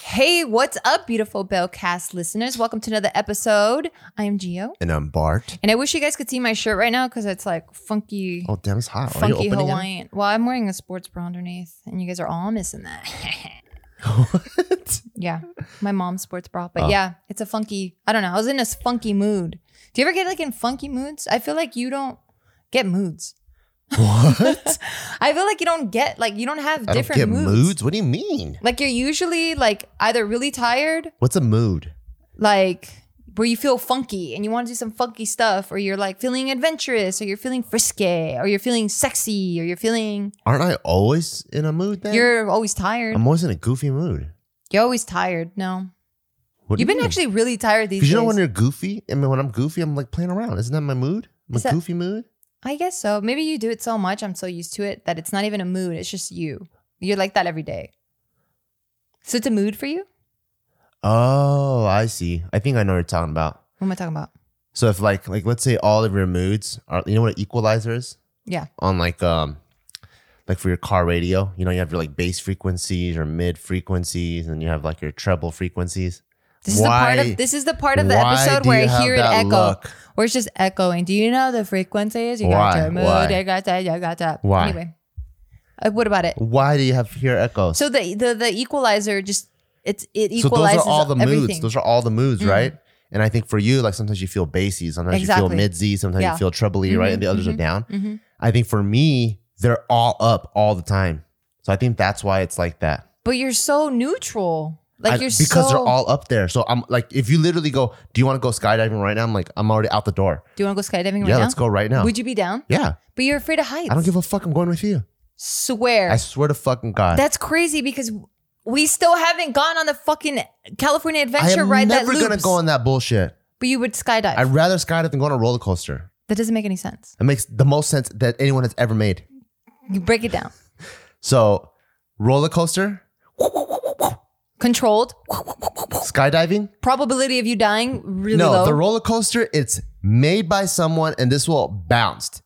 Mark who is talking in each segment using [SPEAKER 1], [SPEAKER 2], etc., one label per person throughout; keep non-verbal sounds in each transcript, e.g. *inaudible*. [SPEAKER 1] Hey, what's up, beautiful Bellcast listeners? Welcome to another episode. I am Gio,
[SPEAKER 2] And I'm Bart.
[SPEAKER 1] and I wish you guys could see my shirt right now because it's like funky,
[SPEAKER 2] Oh, damn, it's hot. Are you
[SPEAKER 1] funky
[SPEAKER 2] opening
[SPEAKER 1] Hawaiian. Well, I'm wearing a sports bra underneath, and you guys are all missing that. *laughs*
[SPEAKER 2] it? *laughs* What?
[SPEAKER 1] yeah, my mom's sports bra,
[SPEAKER 2] Oh.
[SPEAKER 1] but yeah, it's a funky. I don't know. I was in this funky mood. Do you ever get like in funky moods? I feel like you don't get moods. *laughs*
[SPEAKER 2] what?
[SPEAKER 1] I feel like you don't get like you don't have
[SPEAKER 2] I don't
[SPEAKER 1] different
[SPEAKER 2] get moods.
[SPEAKER 1] moods.
[SPEAKER 2] What do you mean?
[SPEAKER 1] Like you're usually like either really tired
[SPEAKER 2] What's a mood?
[SPEAKER 1] like where you feel funky and you want to do some funky stuff, or you're like feeling adventurous, or you're feeling frisky, or you're feeling sexy, or you're feeling
[SPEAKER 2] Aren't I always in a mood then?
[SPEAKER 1] you're always tired.
[SPEAKER 2] I'm always in a goofy mood.
[SPEAKER 1] you're always tired. No,
[SPEAKER 2] What
[SPEAKER 1] you've
[SPEAKER 2] do you
[SPEAKER 1] been
[SPEAKER 2] mean?
[SPEAKER 1] actually really tired these
[SPEAKER 2] Because
[SPEAKER 1] days.
[SPEAKER 2] you know when you're goofy? I mean, when I'm goofy, I'm like playing around. Isn't that my mood? My
[SPEAKER 1] Is that-
[SPEAKER 2] goofy mood?
[SPEAKER 1] I guess so. Maybe you do it so much. I'm so used to it that it's not even a mood. It's just you. You're like that every day. So it's a mood for you.
[SPEAKER 2] Oh, I see. I think I know what you're talking about.
[SPEAKER 1] What am I talking about?
[SPEAKER 2] So if like like let's say all of your moods are you know what an equalizer is?
[SPEAKER 1] Yeah.
[SPEAKER 2] On like um like for your car radio, you know, you have your like bass frequencies or mid frequencies and you have like your treble frequencies.
[SPEAKER 1] This is the part
[SPEAKER 2] Why-
[SPEAKER 1] of this is the part of the
[SPEAKER 2] why
[SPEAKER 1] episode
[SPEAKER 2] do
[SPEAKER 1] where
[SPEAKER 2] you
[SPEAKER 1] I
[SPEAKER 2] have
[SPEAKER 1] hear it
[SPEAKER 2] that
[SPEAKER 1] echo.
[SPEAKER 2] look?
[SPEAKER 1] Or it's just echoing. Do you know the frequencies? You
[SPEAKER 2] Why?
[SPEAKER 1] got your mood.
[SPEAKER 2] Why?
[SPEAKER 1] You got that. You got that.
[SPEAKER 2] Why?
[SPEAKER 1] Anyway, uh, what about it?
[SPEAKER 2] Why do you have hear echoes?
[SPEAKER 1] So the the the equalizer just it's it
[SPEAKER 2] So those
[SPEAKER 1] equalizes
[SPEAKER 2] are all the
[SPEAKER 1] everything.
[SPEAKER 2] moods. Those are all the moods,
[SPEAKER 1] Mhm.
[SPEAKER 2] right? And I think for you, like sometimes you feel bassy, sometimes you
[SPEAKER 1] Exactly.
[SPEAKER 2] feel midsy, sometimes
[SPEAKER 1] Yeah.
[SPEAKER 2] you feel trebly, right?
[SPEAKER 1] Mhm,
[SPEAKER 2] And the others
[SPEAKER 1] mhm.
[SPEAKER 2] are down.
[SPEAKER 1] Mhm.
[SPEAKER 2] I think for me, they're all up all the time. So I think that's why it's like that.
[SPEAKER 1] But you're so neutral. Like
[SPEAKER 2] I-
[SPEAKER 1] you're
[SPEAKER 2] because
[SPEAKER 1] so.
[SPEAKER 2] they're all up there. So I'm like, if you literally go, do you want to go skydiving right now? I'm like, I'm already out the door.
[SPEAKER 1] do you want to go skydiving right
[SPEAKER 2] yeah,
[SPEAKER 1] now?
[SPEAKER 2] let's go right now.
[SPEAKER 1] Would you be down?
[SPEAKER 2] yeah,
[SPEAKER 1] But you're afraid of heights.
[SPEAKER 2] I don't give a fuck. I'm going with you.
[SPEAKER 1] Swear.
[SPEAKER 2] I swear to fucking God.
[SPEAKER 1] That's crazy because we still haven't gone on the fucking California
[SPEAKER 2] I
[SPEAKER 1] Adventure
[SPEAKER 2] am
[SPEAKER 1] ride that
[SPEAKER 2] never
[SPEAKER 1] loops.
[SPEAKER 2] gonna go on that bullshit.
[SPEAKER 1] but you would skydive.
[SPEAKER 2] I'd rather skydive than go on a roller coaster.
[SPEAKER 1] that doesn't make any sense.
[SPEAKER 2] It makes the most sense that anyone has ever made.
[SPEAKER 1] You break it down.
[SPEAKER 2] So, roller coaster,
[SPEAKER 1] Controlled.
[SPEAKER 2] skydiving.
[SPEAKER 1] probability of you dying really
[SPEAKER 2] no,
[SPEAKER 1] low.
[SPEAKER 2] the roller coaster, it's made by someone and this will bounced.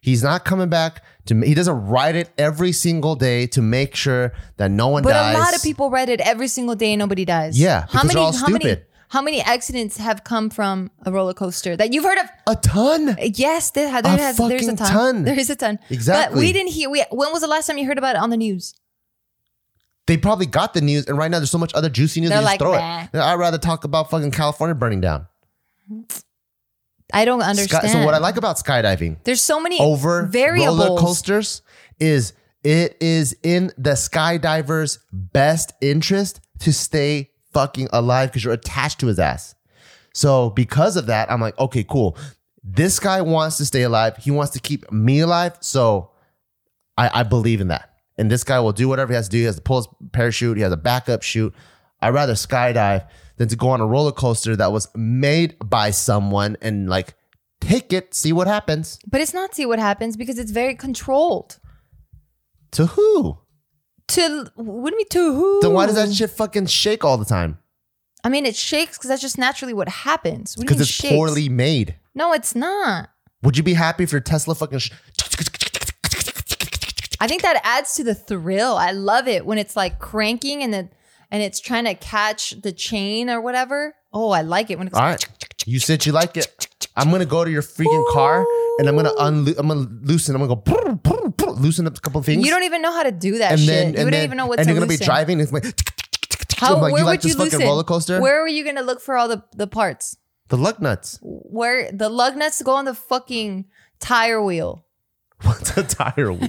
[SPEAKER 2] He's not coming back to he doesn't ride it every single day to make sure that no one
[SPEAKER 1] but
[SPEAKER 2] dies.
[SPEAKER 1] a lot of people ride it every single day and nobody dies.
[SPEAKER 2] Yeah,
[SPEAKER 1] How
[SPEAKER 2] because
[SPEAKER 1] many
[SPEAKER 2] they're all
[SPEAKER 1] how many
[SPEAKER 2] stupid.
[SPEAKER 1] how many accidents have come from a roller coaster that you've heard of?
[SPEAKER 2] a ton.
[SPEAKER 1] Yes, there, there
[SPEAKER 2] A
[SPEAKER 1] has, there's a
[SPEAKER 2] fucking
[SPEAKER 1] ton.
[SPEAKER 2] ton.
[SPEAKER 1] There is a ton. But
[SPEAKER 2] Exactly.
[SPEAKER 1] we didn't hear we when was the last time you heard about it on the news?
[SPEAKER 2] They probably got the news and right now there's so much other juicy news
[SPEAKER 1] They're
[SPEAKER 2] they
[SPEAKER 1] like,
[SPEAKER 2] just throw
[SPEAKER 1] "Nah."
[SPEAKER 2] it. I'd rather talk about fucking California burning down.
[SPEAKER 1] I don't
[SPEAKER 2] Sky-
[SPEAKER 1] understand.
[SPEAKER 2] so what I like about skydiving
[SPEAKER 1] there's so many
[SPEAKER 2] over
[SPEAKER 1] variables.
[SPEAKER 2] roller coasters is it is in the skydiver's best interest to stay fucking alive because you're attached to his ass. So because of that, I'm like, okay, cool. This guy wants to stay alive. He wants to keep me alive. So I, I believe in that. And this guy will do whatever he has to do. He has to pull his parachute. He has a backup chute. I'd rather skydive than to go on a roller coaster that was made by someone and like take it, see what happens.
[SPEAKER 1] but it's not see what happens because it's very controlled.
[SPEAKER 2] To who?
[SPEAKER 1] To what do you mean to who?
[SPEAKER 2] Then why does that shit fucking shake all the time?
[SPEAKER 1] I mean it shakes because that's just naturally what happens. What do you
[SPEAKER 2] Because
[SPEAKER 1] mean
[SPEAKER 2] it's
[SPEAKER 1] shakes?
[SPEAKER 2] poorly made.
[SPEAKER 1] No, it's not.
[SPEAKER 2] Would you be happy if your Tesla fucking? Sh-
[SPEAKER 1] I think that adds to the thrill. I love it when it's like cranking and then and it's trying to catch the chain or whatever. Oh, I like it when it's
[SPEAKER 2] all right, you said you like it. I'm gonna go to your freaking car and I'm gonna unlo- I'm gonna loosen. I'm gonna go brr, brr, brr, loosen up a couple things.
[SPEAKER 1] you don't even know how to do that
[SPEAKER 2] and
[SPEAKER 1] shit.
[SPEAKER 2] then
[SPEAKER 1] you
[SPEAKER 2] and
[SPEAKER 1] wouldn't
[SPEAKER 2] then
[SPEAKER 1] even know what
[SPEAKER 2] and
[SPEAKER 1] to
[SPEAKER 2] you're gonna
[SPEAKER 1] loosen.
[SPEAKER 2] be driving. It's like,
[SPEAKER 1] How,
[SPEAKER 2] I'm like,
[SPEAKER 1] where
[SPEAKER 2] you like
[SPEAKER 1] would
[SPEAKER 2] this
[SPEAKER 1] you
[SPEAKER 2] fucking
[SPEAKER 1] loosen?
[SPEAKER 2] roller coaster?
[SPEAKER 1] Where are you gonna look for all the, the parts?
[SPEAKER 2] the lug nuts. *laughs*
[SPEAKER 1] Where the lug nuts go on the fucking tire wheel.
[SPEAKER 2] What's a
[SPEAKER 1] *laughs*
[SPEAKER 2] tire wheel?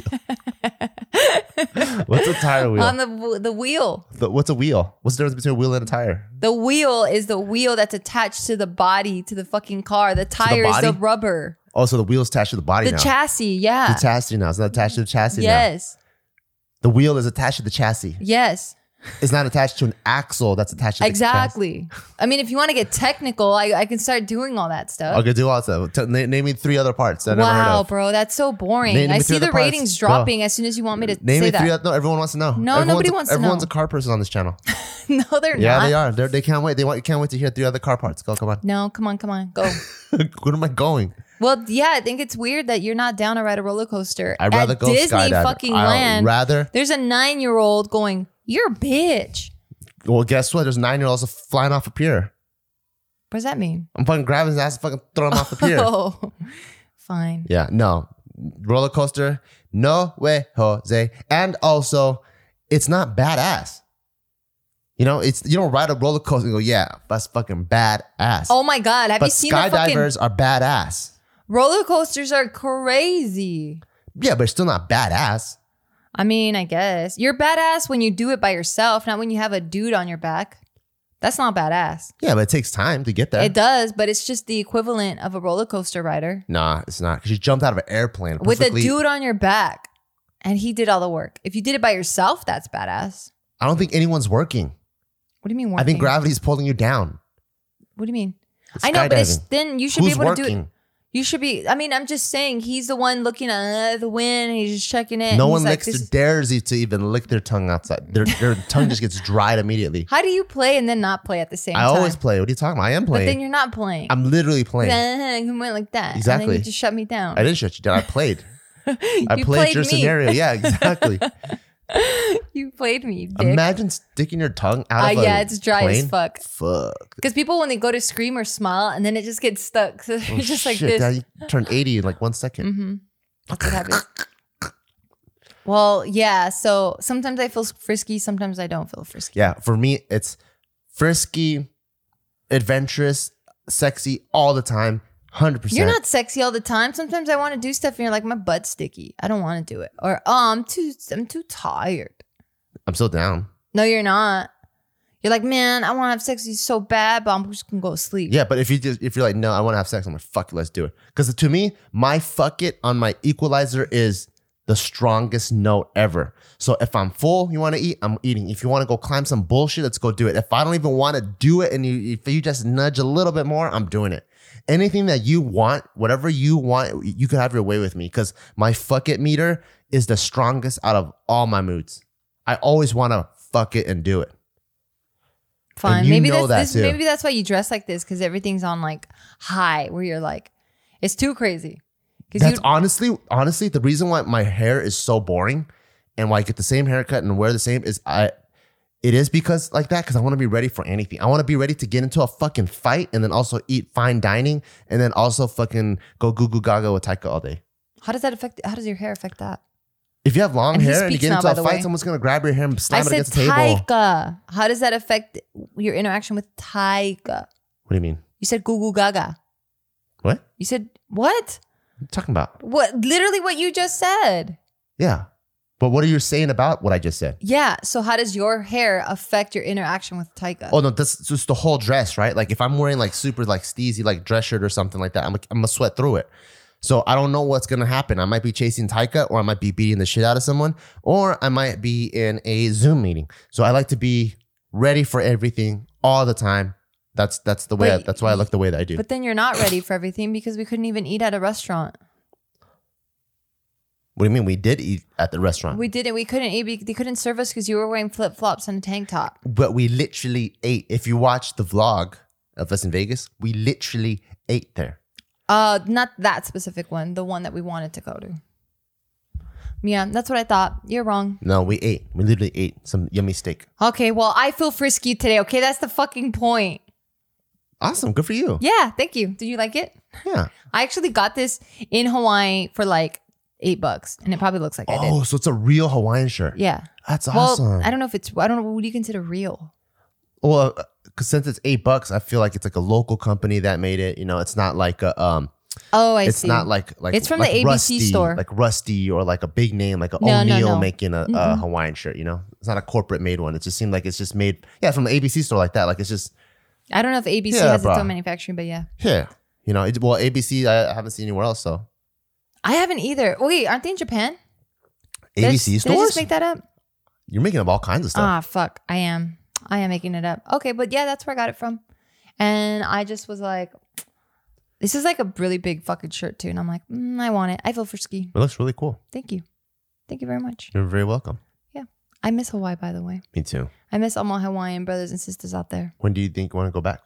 [SPEAKER 2] What's a tire wheel?
[SPEAKER 1] On the w- the wheel.
[SPEAKER 2] The- what's a wheel? What's the difference between a wheel and a tire?
[SPEAKER 1] The wheel is the wheel that's attached to the body to the fucking car. The tire is the
[SPEAKER 2] body?
[SPEAKER 1] rubber.
[SPEAKER 2] Oh, so the wheel's attached to the body
[SPEAKER 1] The
[SPEAKER 2] now.
[SPEAKER 1] chassis, yeah.
[SPEAKER 2] the chassis now. It's not attached to the chassis now.
[SPEAKER 1] yes.
[SPEAKER 2] The wheel is attached to the chassis.
[SPEAKER 1] Yes.
[SPEAKER 2] It's not attached to an axle that's attached to the
[SPEAKER 1] Exactly. I mean, if you want to get technical, I, I can start doing all that
[SPEAKER 2] chassis.
[SPEAKER 1] stuff.
[SPEAKER 2] Okay, do all that. T- na- name me three other parts that I never heard
[SPEAKER 1] Wow,
[SPEAKER 2] of.
[SPEAKER 1] bro, that's so boring.
[SPEAKER 2] Name
[SPEAKER 1] I
[SPEAKER 2] me
[SPEAKER 1] see
[SPEAKER 2] three
[SPEAKER 1] the
[SPEAKER 2] other parts.
[SPEAKER 1] ratings dropping as soon as you want me to
[SPEAKER 2] Name
[SPEAKER 1] say
[SPEAKER 2] me three.
[SPEAKER 1] that.
[SPEAKER 2] Oth- no, everyone wants to know.
[SPEAKER 1] No,
[SPEAKER 2] everyone's
[SPEAKER 1] nobody
[SPEAKER 2] a,
[SPEAKER 1] wants to
[SPEAKER 2] Everyone's
[SPEAKER 1] know.
[SPEAKER 2] a car person on this
[SPEAKER 1] *laughs*
[SPEAKER 2] channel.
[SPEAKER 1] no, they're
[SPEAKER 2] yeah,
[SPEAKER 1] not.
[SPEAKER 2] they are. They're, they can't wait. They want. Can't wait to hear three other car parts. Go, come on. *laughs*
[SPEAKER 1] No, come on, come on, go.
[SPEAKER 2] Where am I going?
[SPEAKER 1] well, yeah, I think it's weird that you're not down to ride a roller coaster
[SPEAKER 2] I'd rather
[SPEAKER 1] at
[SPEAKER 2] go
[SPEAKER 1] Disney
[SPEAKER 2] skydiving.
[SPEAKER 1] fucking
[SPEAKER 2] I'd
[SPEAKER 1] land.
[SPEAKER 2] rather
[SPEAKER 1] There's a nine year old going, "You're a bitch."
[SPEAKER 2] Well, guess what? There's nine year olds flying off a pier.
[SPEAKER 1] What does that mean?
[SPEAKER 2] I'm fucking grabbing his ass and fucking throwing him off the pier.
[SPEAKER 1] *laughs* Oh, fine.
[SPEAKER 2] Yeah, no. Roller coaster, no way, Jose. And also, it's not badass. You know, it's you don't ride a roller coaster and go, yeah, that's fucking badass.
[SPEAKER 1] Oh my God. Have
[SPEAKER 2] but
[SPEAKER 1] you seen the fucking
[SPEAKER 2] skydivers are badass.
[SPEAKER 1] roller coasters are crazy?
[SPEAKER 2] Yeah, but it's still not badass.
[SPEAKER 1] I mean, I guess you're badass when you do it by yourself, not when you have a dude on your back. That's not badass.
[SPEAKER 2] Yeah, but it takes time to get there.
[SPEAKER 1] It does, but it's just the equivalent of a roller coaster rider
[SPEAKER 2] nah, it's not. Because you jumped out of an airplane
[SPEAKER 1] with a
[SPEAKER 2] perfectly-
[SPEAKER 1] dude on your back and he did all the work. If you did it by yourself, that's badass.
[SPEAKER 2] I don't think anyone's working.
[SPEAKER 1] What do you mean?
[SPEAKER 2] I think
[SPEAKER 1] working?
[SPEAKER 2] gravity's pulling you down.
[SPEAKER 1] What do you mean? I know, but it's,
[SPEAKER 2] Skydiving.
[SPEAKER 1] then you should
[SPEAKER 2] Who's
[SPEAKER 1] be able
[SPEAKER 2] working?
[SPEAKER 1] to do it. You should be. I mean, I'm just saying he's the one looking at the wind. And he's just checking it.
[SPEAKER 2] No
[SPEAKER 1] and
[SPEAKER 2] one
[SPEAKER 1] he's like,
[SPEAKER 2] licks
[SPEAKER 1] this
[SPEAKER 2] to
[SPEAKER 1] is-
[SPEAKER 2] dares you to even lick their tongue outside. Their, their tongue just gets dried immediately.
[SPEAKER 1] How do you play and then not play at the same
[SPEAKER 2] I
[SPEAKER 1] time?
[SPEAKER 2] always play. What are you talking about? I am
[SPEAKER 1] But then
[SPEAKER 2] playing.
[SPEAKER 1] you're not playing.
[SPEAKER 2] I'm literally playing.
[SPEAKER 1] *laughs* You went like that. And then
[SPEAKER 2] Exactly.
[SPEAKER 1] you just shut me down.
[SPEAKER 2] I didn't shut you down.
[SPEAKER 1] *laughs*
[SPEAKER 2] I played. I
[SPEAKER 1] you
[SPEAKER 2] played, your scenario.
[SPEAKER 1] *laughs*
[SPEAKER 2] Yeah, exactly.
[SPEAKER 1] You played me, dick.
[SPEAKER 2] Imagine sticking your tongue out
[SPEAKER 1] Ah,
[SPEAKER 2] of a
[SPEAKER 1] yeah, it's dry
[SPEAKER 2] plane.
[SPEAKER 1] as fuck. *laughs*
[SPEAKER 2] Fuck.
[SPEAKER 1] Because people, when they go to scream or smile, and then it just gets stuck. *laughs* So they're
[SPEAKER 2] Oh,
[SPEAKER 1] just like
[SPEAKER 2] shit,
[SPEAKER 1] this.
[SPEAKER 2] Dad, you turned 80 in like one second.
[SPEAKER 1] Mm-hmm. That's *laughs* what happens. well, yeah. So sometimes I feel frisky. Sometimes I don't feel frisky.
[SPEAKER 2] Yeah, for me, it's frisky, adventurous, sexy all the time. 100%.
[SPEAKER 1] You're not sexy all the time. Sometimes I want to do stuff, and you're like, my butt's sticky. I don't want to do it. Or oh, I'm too, I'm too tired.
[SPEAKER 2] I'm still down.
[SPEAKER 1] No, you're not. You're like, man, I want to have sexy so bad, but I'm just gonna go to sleep.
[SPEAKER 2] Yeah, but if you just if you're like, no, I want to have sex, I'm like, fuck it, let's do it. Because to me, my fuck it on my equalizer is the strongest note ever. So if I'm full, you want to eat, I'm eating. If you want to go climb some bullshit, let's go do it. If I don't even want to do it, and you, if you just nudge a little bit more, I'm doing it. Anything that you want, whatever you want, you can have your way with me. Because my fuck it meter is the strongest out of all my moods. I always want to fuck it and do it.
[SPEAKER 1] Fine.
[SPEAKER 2] And you
[SPEAKER 1] maybe
[SPEAKER 2] know
[SPEAKER 1] that's
[SPEAKER 2] that
[SPEAKER 1] this,
[SPEAKER 2] too.
[SPEAKER 1] maybe that's why you dress like this because everything's on like high, where you're like, it's too crazy. Because
[SPEAKER 2] That's
[SPEAKER 1] you,
[SPEAKER 2] honestly, honestly, the reason why my hair is so boring and why I get the same haircut and wear the same is I. It is because like that because I want to be ready for anything. I want to be ready to get into a fucking fight and then also eat fine dining and then also fucking go goo goo gaga with Taika all day.
[SPEAKER 1] how does that affect? How does your hair affect that?
[SPEAKER 2] If you have long
[SPEAKER 1] And he
[SPEAKER 2] hair and you
[SPEAKER 1] speaks
[SPEAKER 2] get
[SPEAKER 1] now,
[SPEAKER 2] into
[SPEAKER 1] by
[SPEAKER 2] a
[SPEAKER 1] the
[SPEAKER 2] fight,
[SPEAKER 1] way.
[SPEAKER 2] someone's gonna grab your hair and
[SPEAKER 1] I
[SPEAKER 2] slam it
[SPEAKER 1] said
[SPEAKER 2] against the table.
[SPEAKER 1] Tyga. How does that affect your interaction with Tyga?
[SPEAKER 2] What do you mean?
[SPEAKER 1] You said Goo Goo Gaga.
[SPEAKER 2] What? What
[SPEAKER 1] You said what?
[SPEAKER 2] are you talking about?
[SPEAKER 1] What? Literally what you just said.
[SPEAKER 2] Yeah, but what are you saying about what I just said?
[SPEAKER 1] Yeah. So how does your hair affect your interaction with Tyga?
[SPEAKER 2] Oh no, that's just the whole dress, right? Like if I'm wearing like super like steezy like dress shirt or something like that, I'm like I'm gonna sweat through it. So I don't know what's gonna happen. I might be chasing Taika, or I might be beating the shit out of someone, or I might be in a Zoom meeting. So I like to be ready for everything all the time. That's that's the way. I,
[SPEAKER 1] But-
[SPEAKER 2] that's why I look the way that I do.
[SPEAKER 1] But then you're not ready for everything because we couldn't even eat at a restaurant.
[SPEAKER 2] what do you mean? We did eat at the restaurant,
[SPEAKER 1] We didn't. We couldn't eat. be- They couldn't serve us because you were wearing flip flops and a tank top.
[SPEAKER 2] but we literally ate. If you watch the vlog of us in Vegas, we literally ate there.
[SPEAKER 1] Uh, not that specific one. The one that we wanted to go to. Yeah, that's what I thought. You're wrong.
[SPEAKER 2] No, we ate. We literally ate some yummy steak.
[SPEAKER 1] Okay, well, I feel frisky today. Okay, that's the fucking point.
[SPEAKER 2] Awesome, good for you.
[SPEAKER 1] Yeah, thank you. Did you like it?
[SPEAKER 2] yeah.
[SPEAKER 1] I actually got this in Hawaii for like eight bucks, and it probably looks like I did.
[SPEAKER 2] Oh, so it's a real Hawaiian shirt.
[SPEAKER 1] Yeah.
[SPEAKER 2] That's
[SPEAKER 1] Well,
[SPEAKER 2] awesome.
[SPEAKER 1] I don't know if it's. I don't know. What do you consider real?
[SPEAKER 2] well, because since it's eight bucks, I feel like it's like a local company that made it. You know, it's not like a um,
[SPEAKER 1] Oh, I
[SPEAKER 2] it's
[SPEAKER 1] see.
[SPEAKER 2] not like like
[SPEAKER 1] It's from
[SPEAKER 2] like
[SPEAKER 1] the ABC
[SPEAKER 2] Rusty,
[SPEAKER 1] store.
[SPEAKER 2] like Rusty or like a big name like a
[SPEAKER 1] No, no,
[SPEAKER 2] O'Neill
[SPEAKER 1] no.
[SPEAKER 2] making a, a
[SPEAKER 1] Mm-mm.
[SPEAKER 2] Hawaiian shirt. You know, it's not a corporate made one. It just seemed like it's just made yeah from the ABC store like that. Like it's just
[SPEAKER 1] I don't know if ABC
[SPEAKER 2] Yeah,
[SPEAKER 1] has its
[SPEAKER 2] bro.
[SPEAKER 1] own manufacturing, but yeah,
[SPEAKER 2] yeah. You know, it, well ABC I, I haven't seen anywhere else. So
[SPEAKER 1] I haven't either. Wait, aren't they in Japan? Did I just-
[SPEAKER 2] ABC
[SPEAKER 1] Did I just
[SPEAKER 2] stores.
[SPEAKER 1] make that up?
[SPEAKER 2] You're making up all kinds of stuff.
[SPEAKER 1] Ah, fuck. I am. I am making it up. Okay, but yeah, that's where I got it from. And I just was like, this is like a really big fucking shirt too. And I'm like, mm, I want it. I feel frisky.
[SPEAKER 2] it looks really cool.
[SPEAKER 1] Thank you. Thank you very much.
[SPEAKER 2] You're very welcome.
[SPEAKER 1] I miss Hawaii, by the way.
[SPEAKER 2] Me too.
[SPEAKER 1] I miss all my Hawaiian brothers and sisters out there. *sighs*
[SPEAKER 2] When do you think you want to go back?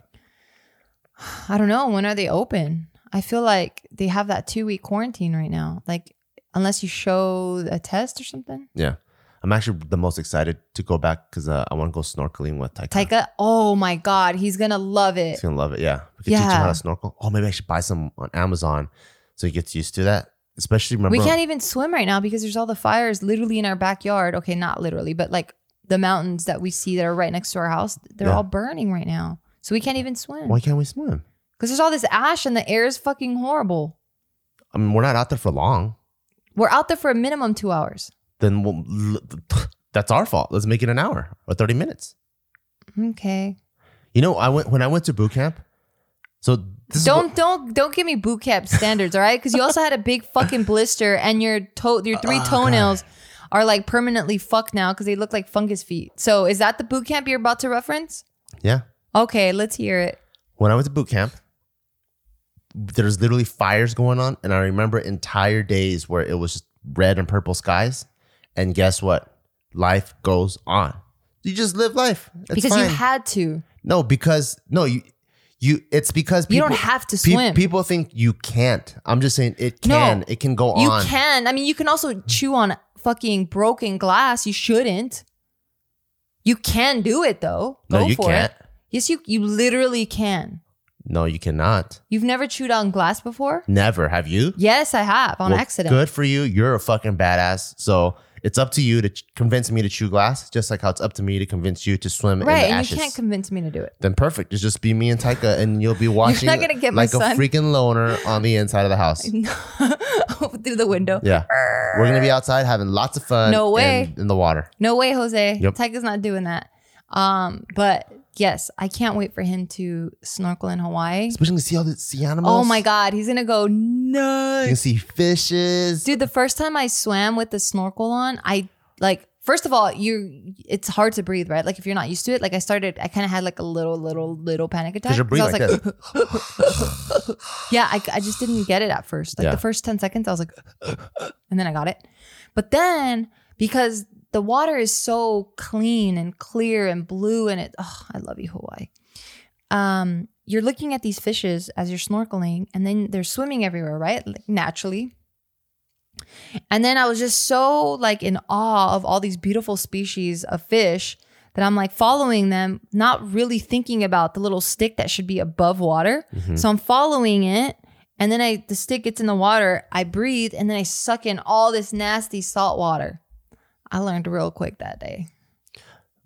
[SPEAKER 1] I don't know. When are they open? I feel like they have that two week quarantine right now. Like, unless you show a test or something.
[SPEAKER 2] Yeah. I'm actually the most excited to go back because uh, I want to go snorkeling with Taika.
[SPEAKER 1] Taika, oh my God, he's gonna love
[SPEAKER 2] He's
[SPEAKER 1] it.
[SPEAKER 2] gonna love it. Yeah, we can teach him how
[SPEAKER 1] Yeah.
[SPEAKER 2] to snorkel. Oh, maybe I should buy some on Amazon so he gets used to that. Especially remember,
[SPEAKER 1] We can't even swim right now because there's all the fires literally in our backyard. Okay, not literally, but like the mountains that we see that are right next to our house, they're
[SPEAKER 2] Yeah.
[SPEAKER 1] all burning right now. So we can't even swim
[SPEAKER 2] why
[SPEAKER 1] because
[SPEAKER 2] can't we swim?
[SPEAKER 1] there's all this ash and the air is fucking horrible.
[SPEAKER 2] I mean, we're not out there for long.
[SPEAKER 1] We're out there for a minimum two hours.
[SPEAKER 2] Then we'll, l- *laughs* that's our fault. Let's make it an hour or thirty minutes.
[SPEAKER 1] Okay.
[SPEAKER 2] You know, I went when I went to boot camp. So this
[SPEAKER 1] don't don't don't give me boot camp standards, all right? Because you also had a big fucking blister, and your toe, your three
[SPEAKER 2] Oh,
[SPEAKER 1] toenails are like permanently fucked now because they look like fungus feet. So is that the boot camp you're about to reference?
[SPEAKER 2] is yeah.
[SPEAKER 1] Okay, let's hear it.
[SPEAKER 2] When I went to boot camp, there's literally fires going on, and I remember entire days where it was just red and purple skies. And guess what? Life goes on. You just live life. It's
[SPEAKER 1] because
[SPEAKER 2] fine.
[SPEAKER 1] you had to.
[SPEAKER 2] No, because no, you you it's because
[SPEAKER 1] You
[SPEAKER 2] people,
[SPEAKER 1] don't have to
[SPEAKER 2] pe-
[SPEAKER 1] swim.
[SPEAKER 2] people think you can't. I'm just saying it
[SPEAKER 1] No.
[SPEAKER 2] can. it can go
[SPEAKER 1] you
[SPEAKER 2] on.
[SPEAKER 1] can. I mean, you can also chew on fucking broken glass. You shouldn't. You can do it though.
[SPEAKER 2] No,
[SPEAKER 1] Go
[SPEAKER 2] you
[SPEAKER 1] for
[SPEAKER 2] can't.
[SPEAKER 1] it. Yes, you you literally can.
[SPEAKER 2] No, you cannot.
[SPEAKER 1] You've never chewed on glass before?
[SPEAKER 2] Never have you?
[SPEAKER 1] Yes, I have on
[SPEAKER 2] Well,
[SPEAKER 1] accident.
[SPEAKER 2] Good for you. You're a fucking badass. So it's up to you to ch- convince me to chew glass, just like how it's up to me to convince you to swim in
[SPEAKER 1] Right,
[SPEAKER 2] the
[SPEAKER 1] and
[SPEAKER 2] ashes.
[SPEAKER 1] you can't convince me to do it. *laughs*
[SPEAKER 2] then perfect. It's just be me and Taika, and you'll be watching
[SPEAKER 1] not gonna get my
[SPEAKER 2] like a
[SPEAKER 1] son.
[SPEAKER 2] freaking loner on the inside of
[SPEAKER 1] *laughs*
[SPEAKER 2] the house.
[SPEAKER 1] Through the window.
[SPEAKER 2] Yeah, we're gonna be outside having lots of fun.
[SPEAKER 1] No way.
[SPEAKER 2] in, in the water.
[SPEAKER 1] No way, Jose.
[SPEAKER 2] Yep.
[SPEAKER 1] Tyga's not doing that. Um, but yes, I can't wait for him to snorkel in Hawaii.
[SPEAKER 2] Especially to see all the sea animals.
[SPEAKER 1] Oh my god, he's gonna go
[SPEAKER 2] You can
[SPEAKER 1] nuts.
[SPEAKER 2] see fishes.
[SPEAKER 1] Dude, the first time I swam with the snorkel on, I like first of all, you it's hard to breathe, right? Like if you're not used to it, like I started I kind of had like a little little little panic attack.
[SPEAKER 2] Because you're breathing
[SPEAKER 1] I was
[SPEAKER 2] like,
[SPEAKER 1] like, *laughs* yeah, I, I just didn't get it at first. Like
[SPEAKER 2] Yeah.
[SPEAKER 1] the first 10 seconds, I was like, *laughs* and then I got it. But then because the water is so clean and clear and blue and it, oh, I love you, Hawaii. Um, you're looking at these fishes as you're snorkeling and then they're swimming everywhere, right? Like, naturally. And then I was just so like in awe of all these beautiful species of fish that I'm like following them, not really thinking about the little stick that should be above water.
[SPEAKER 2] Mhm.
[SPEAKER 1] So I'm following it, and then I the stick gets in the water. I breathe, and then I suck in all this nasty salt water. I learned real quick that day.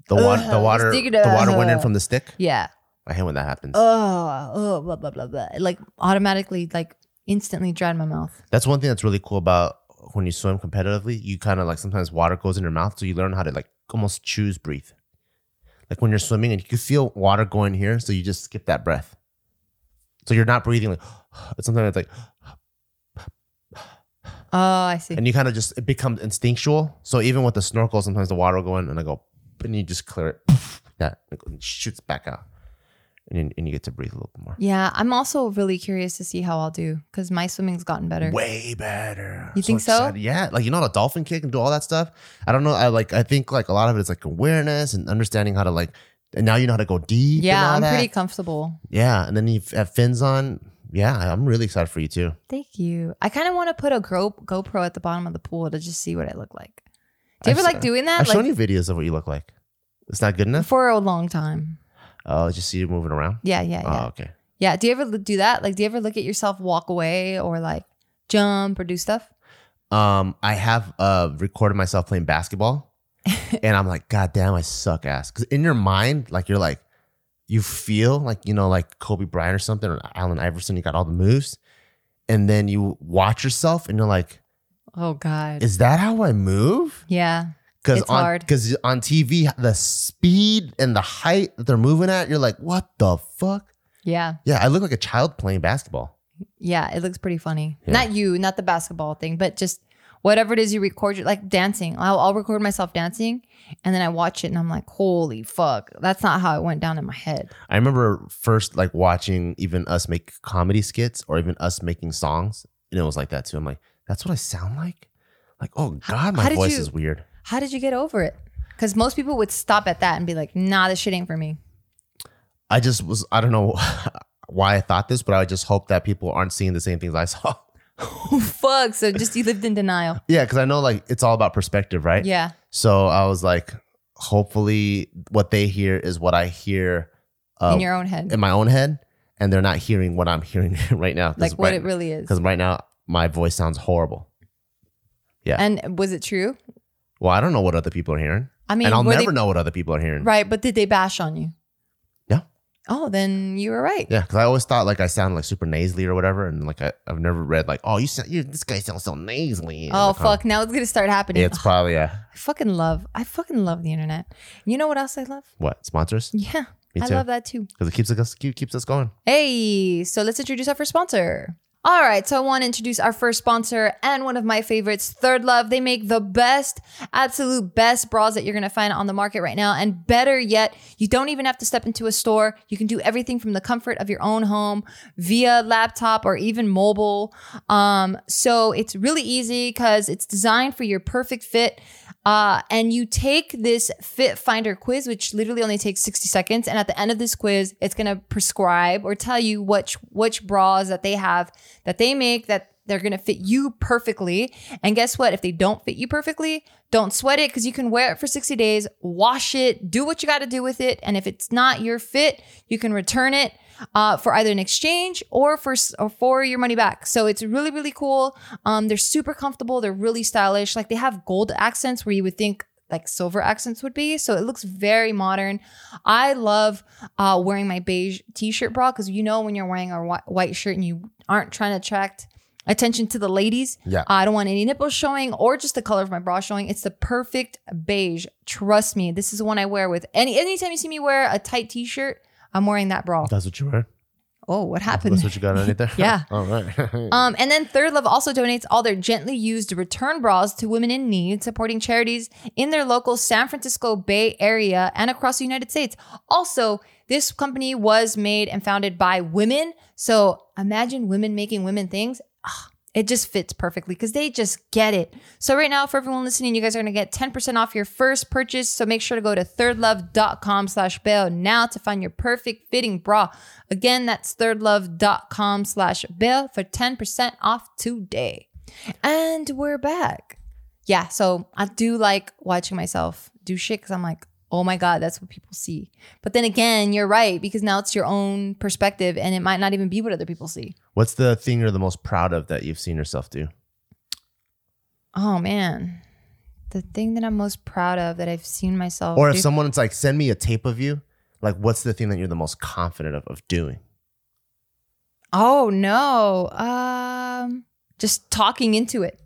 [SPEAKER 2] the, wa- the
[SPEAKER 1] Ugh,
[SPEAKER 2] water,
[SPEAKER 1] stick it
[SPEAKER 2] the water went in
[SPEAKER 1] up.
[SPEAKER 2] from the stick.
[SPEAKER 1] Yeah.
[SPEAKER 2] I hate when that happens.
[SPEAKER 1] Oh, oh, blah blah blah blah. It, Like automatically, like instantly dried my mouth.
[SPEAKER 2] That's one thing that's really cool about when you swim competitively. You kind of like sometimes water goes in your mouth, so you learn how to like almost choose breathe. Like when you're swimming and you can feel water going here, so you just skip that breath. So you're not breathing like *sighs* it's something that's like,
[SPEAKER 1] Oh, I see.
[SPEAKER 2] and you kind of just it becomes instinctual. So even with the snorkel, sometimes the water will go in and I go, and you just clear it. *sniffs* That and it shoots back out, and you, and you get to breathe a little bit more.
[SPEAKER 1] Yeah, I'm also really curious to see how I'll do because my swimming's gotten better.
[SPEAKER 2] Way better.
[SPEAKER 1] You think so?
[SPEAKER 2] excited. Yeah, like you know how to dolphin kick and do all that stuff. I don't know. I like. I think like a lot of it is like awareness and understanding how to like. And now you know how to go deep. and
[SPEAKER 1] Yeah,
[SPEAKER 2] all
[SPEAKER 1] I'm
[SPEAKER 2] that.
[SPEAKER 1] pretty comfortable.
[SPEAKER 2] Yeah, and then you have fins on. Yeah, I'm really excited for you too.
[SPEAKER 1] Thank you. I kind of want to put a Go- GoPro at the bottom of the pool to just see what I look like. Do you
[SPEAKER 2] I've
[SPEAKER 1] ever
[SPEAKER 2] se-
[SPEAKER 1] like doing that?
[SPEAKER 2] I've
[SPEAKER 1] like
[SPEAKER 2] shown you videos of what you look like. It's not good enough.
[SPEAKER 1] for a long time.
[SPEAKER 2] Oh, just see you moving around.
[SPEAKER 1] Yeah, yeah, yeah.
[SPEAKER 2] Oh, okay.
[SPEAKER 1] Yeah. Do you ever l- do that? Like, do you ever look at yourself walk away or like jump or do stuff?
[SPEAKER 2] Um, I have uh recorded myself
[SPEAKER 1] *laughs*
[SPEAKER 2] playing basketball, and I'm like, God damn, I suck ass. Because in your mind, like you're like, you feel like you know, like Kobe Bryant or something, or Allen Iverson. You got all the moves, and then you watch yourself, and you're like,
[SPEAKER 1] Oh God.
[SPEAKER 2] Is that how I move?
[SPEAKER 1] yeah.
[SPEAKER 2] Because
[SPEAKER 1] It's
[SPEAKER 2] on
[SPEAKER 1] hard.
[SPEAKER 2] because on TV, the speed and the height that they're moving at, you're like, What the fuck?
[SPEAKER 1] Yeah.
[SPEAKER 2] Yeah, I look like a child playing basketball.
[SPEAKER 1] Yeah. It looks pretty funny.
[SPEAKER 2] Yeah.
[SPEAKER 1] Not you, not the basketball thing, but just whatever it is you record, like dancing. I'll, I'll record myself dancing and then I watch it and I'm like, holy fuck. That's not how it went down in my head.
[SPEAKER 2] I remember first like watching even us make comedy skits or even us making songs, and it was like that too. I'm like, that's what I sound like. Like, oh god, my
[SPEAKER 1] how did
[SPEAKER 2] voice
[SPEAKER 1] you-
[SPEAKER 2] is weird.
[SPEAKER 1] How did you get over it? Because most people would stop at that and be like, nah, this shit ain't for me. *laughs*
[SPEAKER 2] I *laughs* just was. I *laughs* don't know why I thought this, but I just hope that people aren't seeing the same things I saw.
[SPEAKER 1] oh fuck. So just you lived in denial.
[SPEAKER 2] Yeah, because I know like it's all about perspective, right?
[SPEAKER 1] Yeah.
[SPEAKER 2] So I was like, hopefully, what they hear is what I hear uh,
[SPEAKER 1] in your own head.
[SPEAKER 2] in my own head, and they're not hearing what I'm *laughs* hearing right now.
[SPEAKER 1] Like what it really is.
[SPEAKER 2] Because right now my voice sounds horrible.
[SPEAKER 1] And was it true?
[SPEAKER 2] Well, I don't know what other people are hearing,
[SPEAKER 1] I mean,
[SPEAKER 2] and I'll
[SPEAKER 1] were they,
[SPEAKER 2] never know what other people are hearing.
[SPEAKER 1] Right, but did they bash on you?
[SPEAKER 2] Yeah.
[SPEAKER 1] Oh, then you were right.
[SPEAKER 2] Yeah, because I always thought like I sound like super nasally or whatever, and like I, I've never read like, oh, you sound, you, this guy sounds so nasally.
[SPEAKER 1] Oh
[SPEAKER 2] And, like,
[SPEAKER 1] fuck! Now it's gonna start happening.
[SPEAKER 2] It's probably yeah.
[SPEAKER 1] I fucking love. I fucking love the internet. You know what else I love?
[SPEAKER 2] What sponsors?
[SPEAKER 1] Yeah,
[SPEAKER 2] Me
[SPEAKER 1] I
[SPEAKER 2] too.
[SPEAKER 1] love that too.
[SPEAKER 2] Because it keeps us keep- keeps us going.
[SPEAKER 1] Hey, so let's introduce our first sponsor. All right, so I want to introduce our first sponsor and one of my favorites, Third Love. They make the best, absolute best bras that you're going to find on the market right now. And better yet, you don't even have to step into a store. You can do everything from the comfort of your own home via laptop or even mobile. Um, so it's really easy because it's designed for your perfect fit. Uh, and you take this Fit Finder quiz, which literally only takes 60 seconds. And at the end of this quiz, it's going to prescribe or tell you which which bras that they have that they make that they're going to fit you perfectly. And guess what? If they don't fit you perfectly, don't sweat it because you can wear it for 60 days, wash it, do what you got to do with it. And if it's not your fit, you can return it uh, for either an exchange or for or for your money back. So it's really really cool. Um, they're super comfortable. They're really stylish. Like they have gold accents where you would think like silver accents would be. So it looks very modern. I love uh, wearing my beige t-shirt bra because you know when you're wearing a whi- white shirt and you aren't trying to attract attention to the ladies.
[SPEAKER 2] Yeah.
[SPEAKER 1] I don't want any nipples showing or just the color of my bra showing. It's the perfect beige. Trust me, this is the one I wear with any anytime you see me wear a tight t-shirt. I'm wearing that bra.
[SPEAKER 2] That's what you were.
[SPEAKER 1] Oh, what happened?
[SPEAKER 2] That's what you got underneath there.
[SPEAKER 1] *laughs* Yeah.
[SPEAKER 2] *laughs* all right.
[SPEAKER 1] Um, and then Third Love also donates all their gently used return bras to women in need, supporting charities in their local San Francisco Bay Area and across the United States. Also, this company was made and founded by women. So imagine women making women things. Ah, It just fits perfectly because they just get it. So, right now, for everyone listening, you guys are going to get 10% off your first purchase. So, make sure to go to thirdlove.com slash bail now to find your perfect fitting bra. Again, that's thirdlove.com slash bail for 10% off today. And we're back. Yeah, so I do like watching myself do shit because I'm like, oh my God, that's what people see. But then again, you're right because now it's your own perspective and it might not even be what other people see.
[SPEAKER 2] What's the thing you're the most proud of that you've seen yourself do?
[SPEAKER 1] Oh man. The thing that I'm most proud of that I've seen myself
[SPEAKER 2] Or if
[SPEAKER 1] do-
[SPEAKER 2] someone's like, send me a tape of you, like, what's the thing that you're the most confident of, of doing?
[SPEAKER 1] Oh no. Um just talking into it.